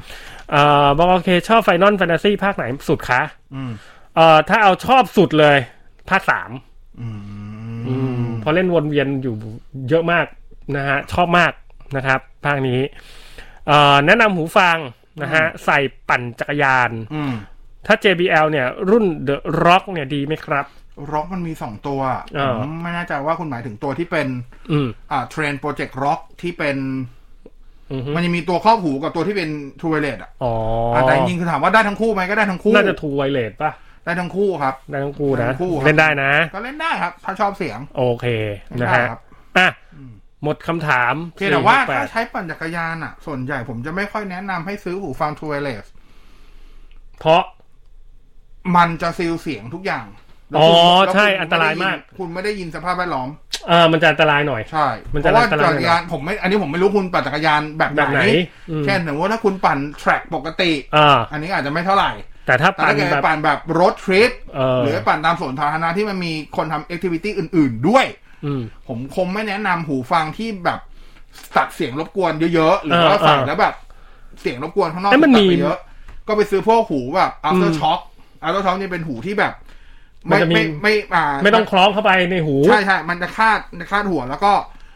เอ่อบอกว่าโอเคชอบไฟนอลแฟนตาซีภาคไหนสุดคะ อืม เอ่อถ้าเอาชอบสุดเลย ภาคสาม อื อื ม มเพราะเล่นวนเวียนอยู่เยอะมากนะฮะ ชอบมากนะครับ ภาคนี้เอ่อแนะนำหูฟังนะฮะ ใส่ปั่นจักรยาน อืม ถ้า JBL เนี่ย รุ่น The Rock เนี่ยดีไหมครับ ร็อกมันมีสองตัว เออ ผมไม่แน่ใจว่าคุณหมายถึงตัวที่เป็น อืม อ่าเทรนโปรเจกต์ร็อกที่เป็น อือฮึ มันยังมีตัวครอบหูกับตัวที่เป็นทูเวเลตอ่ะ อ๋อ อ่ะแต่จริงๆคือถามว่าได้ทั้งคู่ไหมก็ได้ทั้งคู่ น่าจะทูไวเลสป่ะ ได้ทั้งคู่ครับ ได้ทั้งคู่ ได้ นะ ทั้งคู่ครับ เล่นได้นะ ก็เล่นได้ครับ ถ้าชอบเสียง โอเค ได้ นะฮะ ครับ อ่ะหมดคำถาม เพียงแต่ว่าถ้าใช้ปั่นจักรยานอ่ะ ส่วนใหญ่ผมจะไม่ค่อยแนะนำให้ซื้อหูฟังทูเวเลส เพราะ มันจะซีลเสียงทุกอย่าง อ๋อใช่ แล้วคุณ อันตรายมาก คุณไม่ได้ยินสภาพแวดล้อม เออมันจะอันตรายหน่อย ใช่ มัน เพ จะ ราะว่า อันตราย จักร ห ยา น่อน ย ผมไม่ อันนี้ผมไม่รู้คุณปั่นจักรยานแบบ แบบไห ไห น น อืม เช่นสมมติว่าถ้าคุณปั่นแทร็กปกติ อ่า นนี้อาจจะไม่เท่าไหร่ แต่ถ้า แต่ ปั่น ถ้าเกิด แบบ ปั่นแบบรถทริป เออ หรือปั่นตามสวนสาธารณะที่มันมีคนทำแอคทิวิตี้อื่น ๆ ด้วย อืม ผมคงไม่แนะนำหูฟังที่แบบตัดเสียงรบกวนเยอะ ๆ หรือว่า เออเออ ใส่แล้วแบบ เสียงรบกวนข้างนอก แต่มัน ตัด มี ไปเยอะ ก็ไปซื้อพวกหูแบบ อืม after shock after shock เนี่ยเป็นหูที่แบบ มัน ไม่ จะมี ไม่ไม่อ่า ไม่ต้องคล้องเข้าไปในหู ใช่ใช่มันจะคาดคาดหัวแล้วก็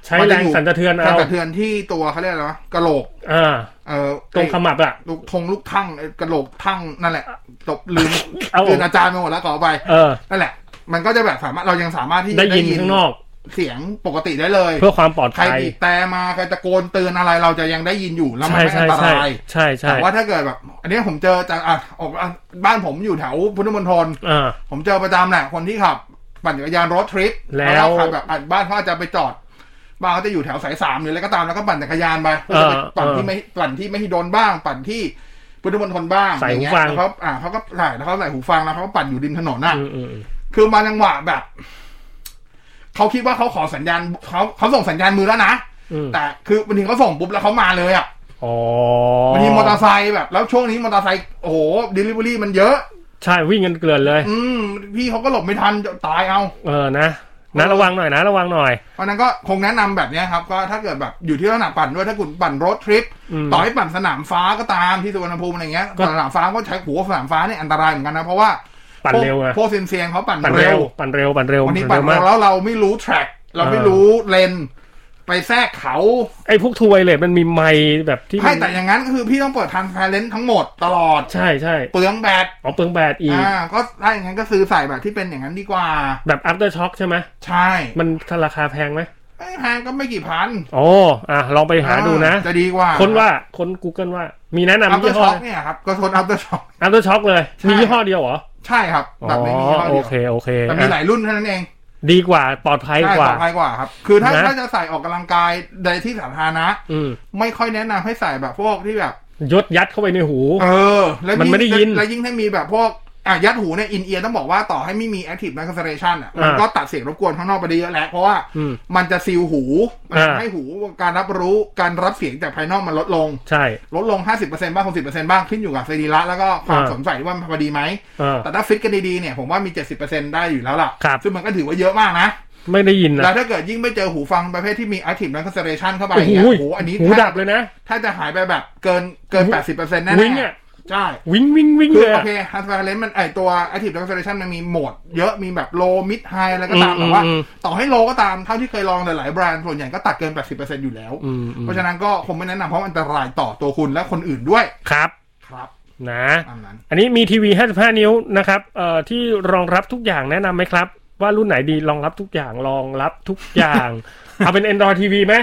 ใช้แรงสั่นสะเทือนแรงเอาสั่นสะเทือนที่ตัวเขาเรียกอะไรวะกระโหลก อ่า เออ ตรงขมับอะ ลูกทงลูกทั้งไอ้กระโหลกทั้งนั่นแหละตบลืม เอา ลืมอาจารย์ไปหมดแล้วขอไป เออ นั่นแหละ มันก็จะแบบสามารถเรายังสามารถที่ ได้ยินข้างนอก เสียงปกติได้เลย เพื่อความปลอด ใคร ภัย บีบแต่มาใครตะโกนเตือนอะไรเราจะยังได้ยินอยู่แล้วมัน ใช่ ไม่อั ใช่ นต ใช่ ราย ใช่ใช่ แต่ว่าถ้าเกิดแบบ อันนี้ผมเจอจากอ่ะออกอ่ะบ้านผมอยู่แถวพุทธมณฑล อ่า ผมเจอประจำแหละคนที่ขับปั่นจักรยานรถทริป แล้ว ขับแบบอ่ะบ้านเขาอาจจะไปจอด บ้านเขาจะอยู่แถวสายสามหรืออะไรก็ตามแล้วก็ปั่นจักรยานไปเพื่อจะไปปั่นที่ไม่ปั่นที่ไม่ฮิโดนบ้าง ปั่นที่พุทธมณฑลบ้าง ใส่หู อย่างเงี้ย ฟัง แล้วเขาอ่าเขาก็ใส่แล้วเขาใส่หูฟังแล้วเขาก็ปั่นอยู่ริมถนนน่ะ อืมอืมอืม คือมาจังหวะแบบเขาคิดว่าเขาขอสัญญาณเขาเขาส่งสัญญาณมือแล้วนะ อืม แต่คือบางทีเขาส่งปุ๊บแล้วเขามาเลยอ่ะ อ๋อบ างทีมอเตอร์ไซค์แบบ แล้วช่วงนี้มอเตอร์ไซค์โอ้โหเดลิเวอรี่มันเยอะ ใช่วิ่งกันเกลือนเลย อืมพี่เขาก็หลบไม่ทันตายเอา เออนะนะระวังหน่อยนะ ระวังหน่อย เพราะฉะนั้นก็คงแนะนำแบบเนี้ยครับ ก็ถ้าเกิดแบบอยู่ที่สนามปั่นด้วยถ้าคุณปั่นรถทริป อืม ต่อให้ปั่นสนามฟ้าก็ตามที่สุวรรณภูมิอะไรเงี้ย ก็ สนามฟ้าก็ใช้หัวสนามฟ้าเนี่ยอันตรายเหมือนกันนะเพราะว่า ปั่นเร็ว พ อะ กพวกเซียนเซียนเขาปั่น ปั่น เร็ เร็ ว ว ปั่นเร็ว ปั่นเร็ว วันนี้ เร็ ปั่น ว เรา มาก แล้วเราไม่รู้แทร็กเราไม่รู้เลน ไปแทรกเขา ไอ้พวกทัวร์เลยมันมีไมค์แบบที่ ใช่ มัน แต่อย่างนั้นคือพี่ต้องเปิดทางแพเลนทั้งหมดตลอด ใช่ใช่ เปลืองแบต อ๋อเปลืองแบตอีก อ่าก็ถ้าอย่างนั้นก็ซื้อใส่แบบที่เป็นอย่างนั้นดีกว่า แบบ after shock ใช่ไหม ใช่ มันราคาแพงไหม ไอ้แพงก็ไม่กี่พัน โอ้อ่ะลองไปหาดูนะ จะดีกว่า คนว่าคน Google ว่า มีแนะ อัพ นำ เดอ ยี่ ร์ ห้ ช็ อ อคเนี่ยครับก็ทนอัพเดอร์ช็อค after shock เลย ใช่ มียี่ห้อเดียวเหรอ ใช่ครับ อ๋ แบบไม่ อ มีข้อ โอ เดียว เคโอเค แต่มีหลายอ่ะรุ่นเท่านั้นเอง ดีกว่าปลอดภัย ใช่ ก ปล ว่า อดภัยกว่าครับ คือถ้า นะ ถ้าจะใส่ออกกำลังกายในที่สาธารณะ อืม ไม่ค่อยแนะนำให้ใส่แบบพวกที่แบบ ยดยัดเข้าไปในหู เออ แล้ว มัน ยิ่ง ไม่ได้ยิน แล้วยิ่งถ้ามีแบบพวกอ่ะยัดหูเนี่ยอินเอียต้องบอกว่าต่อให้ไม่มี active noise cancellation อ่ะมัน อ่า ก็ตัดเสียงรบกวนข้างนอกไปได้เยอะแล้ว เพราะว่า อืม มันจะซีลหูมัน อ่า ทำให้หูการรับรู้การรับเสียงจากภายนอกมันลดลง ใช่ ลดลง 50%บ้าง 60%บ้างขึ้นอยู่กับสรีระแล้วก็ความ อ่า สนใจว่ามันพอดีไหม อ่า แต่ถ้าฟิตกันดีๆเนี่ยผมว่ามี 70%ได้อยู่แล้วล่ะ ครับ ซึ่งมันก็ถือว่าเยอะมากนะ ไม่ได้ยินนะ แล้วถ้าเกิดยิ่งไม่เจอหูฟังประเภทที่มี active noise cancellation เข้าไป โอ้โห เนี่ยโอ้โหอันนี้ หู ถ้า ดับเลยนะ ถ้าจะหายไปแบบเกินเกิน 80%แน่ วิ่งอ่ะ ๆใช่ วิ่งวิ่งวิ่ง คื เล อย โอ อะ เค transparent มันไอตัว active transformation มันมีโหมดเยอะมีแบบ low mid high อะไรก็ตาม อืม แต่ว่า อืม ต่อให้ low ก็ตามเท่าที่เคยลองหลายๆแบรนด์ส่วนใหญ่ก็ตัดเกิน 80%อยู่แล้ว อืมอืม เพราะฉะนั้นก็คงไม่แนะนำเพราะมันอันตรายต่อตัวคุณและคนอื่นด้วย ครับ ครับ นะ ตามนั้น อันนี้มีทีวี 55 นิ้วนะครับเอ่อที่รองรับทุกอย่างแนะนำไหมครับ ว่ารุ่นไหนดีรองรับทุกอย่างรองรับทุกอย่าง เอาเป็น Android TV ไหม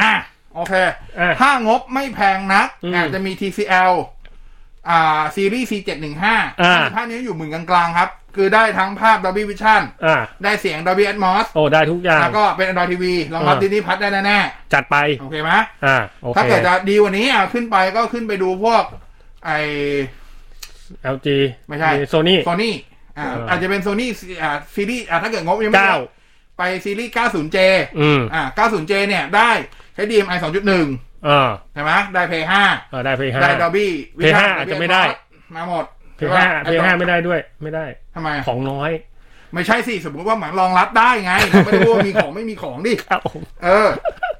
อ่ะ โอเค อ่ะ ถ้างบไม่แพงนัก อืม อาจจะมี TCL อ่าซีรีส์ C715 อ่า ภาพนี้อยู่หมื่นกลางๆครับ คือได้ทั้งภาพ Dolby Vision อ่า ได้เสียง Dolby Atmos โอ้ ได้ทุกอย่าง แล้วก็เป็น Android TV รองรับ อ่า Disney Plus ได้แน่ จัดไป ๆโอเคไหม อ่า โอเค ถ้าเกิดจะดีกว่านี้อ่ะขึ้นไปก็ขึ้นไปดูพวก ไอ LG ไม่ใช่ โซนี่ โซนี่อ่า เอออ อาจจะเป็นโซนี่อ่าซีรีส์อ่าถ้าเกิดงบยังไม่ เก้า เยอะไปซีรีส์ 90J อืม อ่า 90J เนี่ยได้ HDMI 2.1 อ่า ใช่ไหมได้ Play เออได้เพย์ 5 ห้า ได้ Dolby Vision Play 5 Dolby อาจจะไม่ได้ มาหมด เพย์ห้า ใช่ปะ เพย์ห้าไม่ได้ด้วย ไม่ได้ ทำไม ของน้อย ไม่ใช่สิ สมมติว่าหมายรองรับได้ไงเราไม่ได้พูดว่ามีของไม่มีของดิ ครับ เออ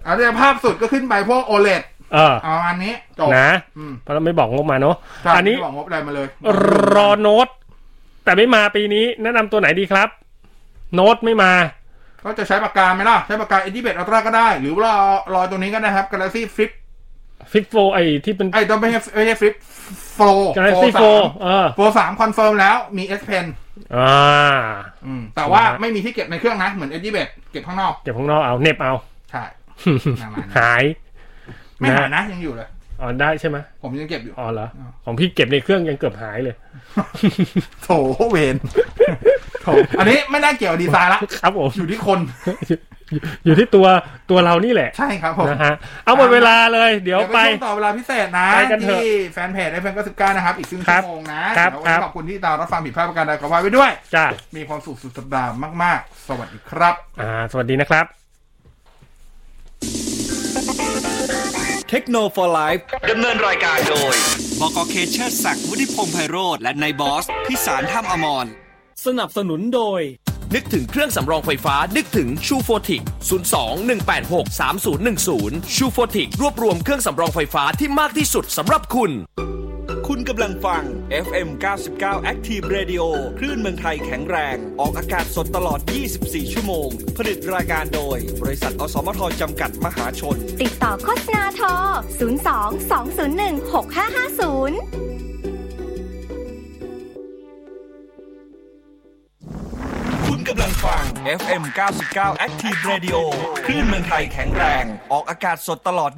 เอาแต่ภาพสุดก็ขึ้นไปพวก OLED เออ เอาอันนี้จบ นะ อืม เพราะเราไม่บอกงบมาเนาะ ใช่ อันนี้ ไม่บอกงบอะไรมาเลย รอโน้ต แต่ไม่มาปีนี้ แนะนำตัวไหนดีครับ โน้ตไม่มา ก็จะใช้ปากกาไหมล่ะ ใช้ปากกา e d i b e t Ultra ก็ได้ หรือว่ารอตัวนี้ก็ได้ครับ Galaxy Flip ฟิกโฟไอที่เป็น ไอ้ยต้องไม่ใช่ไม่ใช่ Flip Pro กาแล็กซี่โฟ เออ Pro สามคอนเฟิร์มแล้วมี S Pen อ่า อืมแต่ว่า ครับ ไม่มีที่เก็บในเครื่องนะ เหมือน e d i b e t เก็บข้างนอก เก็บข้างนอกเอาเหน็บเอา ใช่ ประมาณนั้น หาย ไม่หายนะ ยังอยู่เลย อ๋อได้ใช่ไหม ผมยังเก็บอยู่ อ๋อเหรอ ของพี่เก็บในเครื่องยังเกือบหายเลย โถเวนโถอันนี้ไม่น่าเกี่ยวกับดีไซน์ละ ครับผม อยู่ที่คน อ อยู่ที่ตัวตัวเรานี่แหละ ใช่ครับผม นะฮะเอาหมดเวลาเลยเดี๋ยวไป ช่วงต่อเวลาพิเศษนะ ไปกันเถอะ ที่แฟนเพจไอเฟนก็สิบเก้านะครับ อีกครึ่ง ครั ชั่ บ วโมงนะครับ เดี๋ยววันนี้ ครัขอบบคุณที่ตามรับฟังผิดพลาดประการใดก็ว่าไว้ด้วย จ้า มีความสุขสุดสัปดาห์มาก ๆ สวัสดีครับ อ่า สวัสดีนะครับ เทคโนโลยีไลฟ์ดำเนินรายการโดยบกเคเชอร์ศักดิ์วุฒิพงษ์ไพโรธและนายบอส พิสารท่ามอมร สนับสนุนโดย นึกถึงเครื่องสำรองไฟฟ้า นึกถึงชูโฟติก02 186 3010 ชูโฟติกรวบรวมเครื่องสำรองไฟฟ้าที่มากที่สุดสำหรับคุณ คุณกำลังฟัง FM 99 Active Radio คลื่นเมืองไทยแข็งแรง ออกอากาศสดตลอด 24 ชั่วโมง ผลิตรายการโดย บริษัท อสมทจำกัดมหาชน ติดต่อโฆษณาโทร 02 201 6550 คุณกำลังฟัง FM 99 Active Radio คลื่นเมืองไทยแข็งแรง ออกอากาศสดตลอด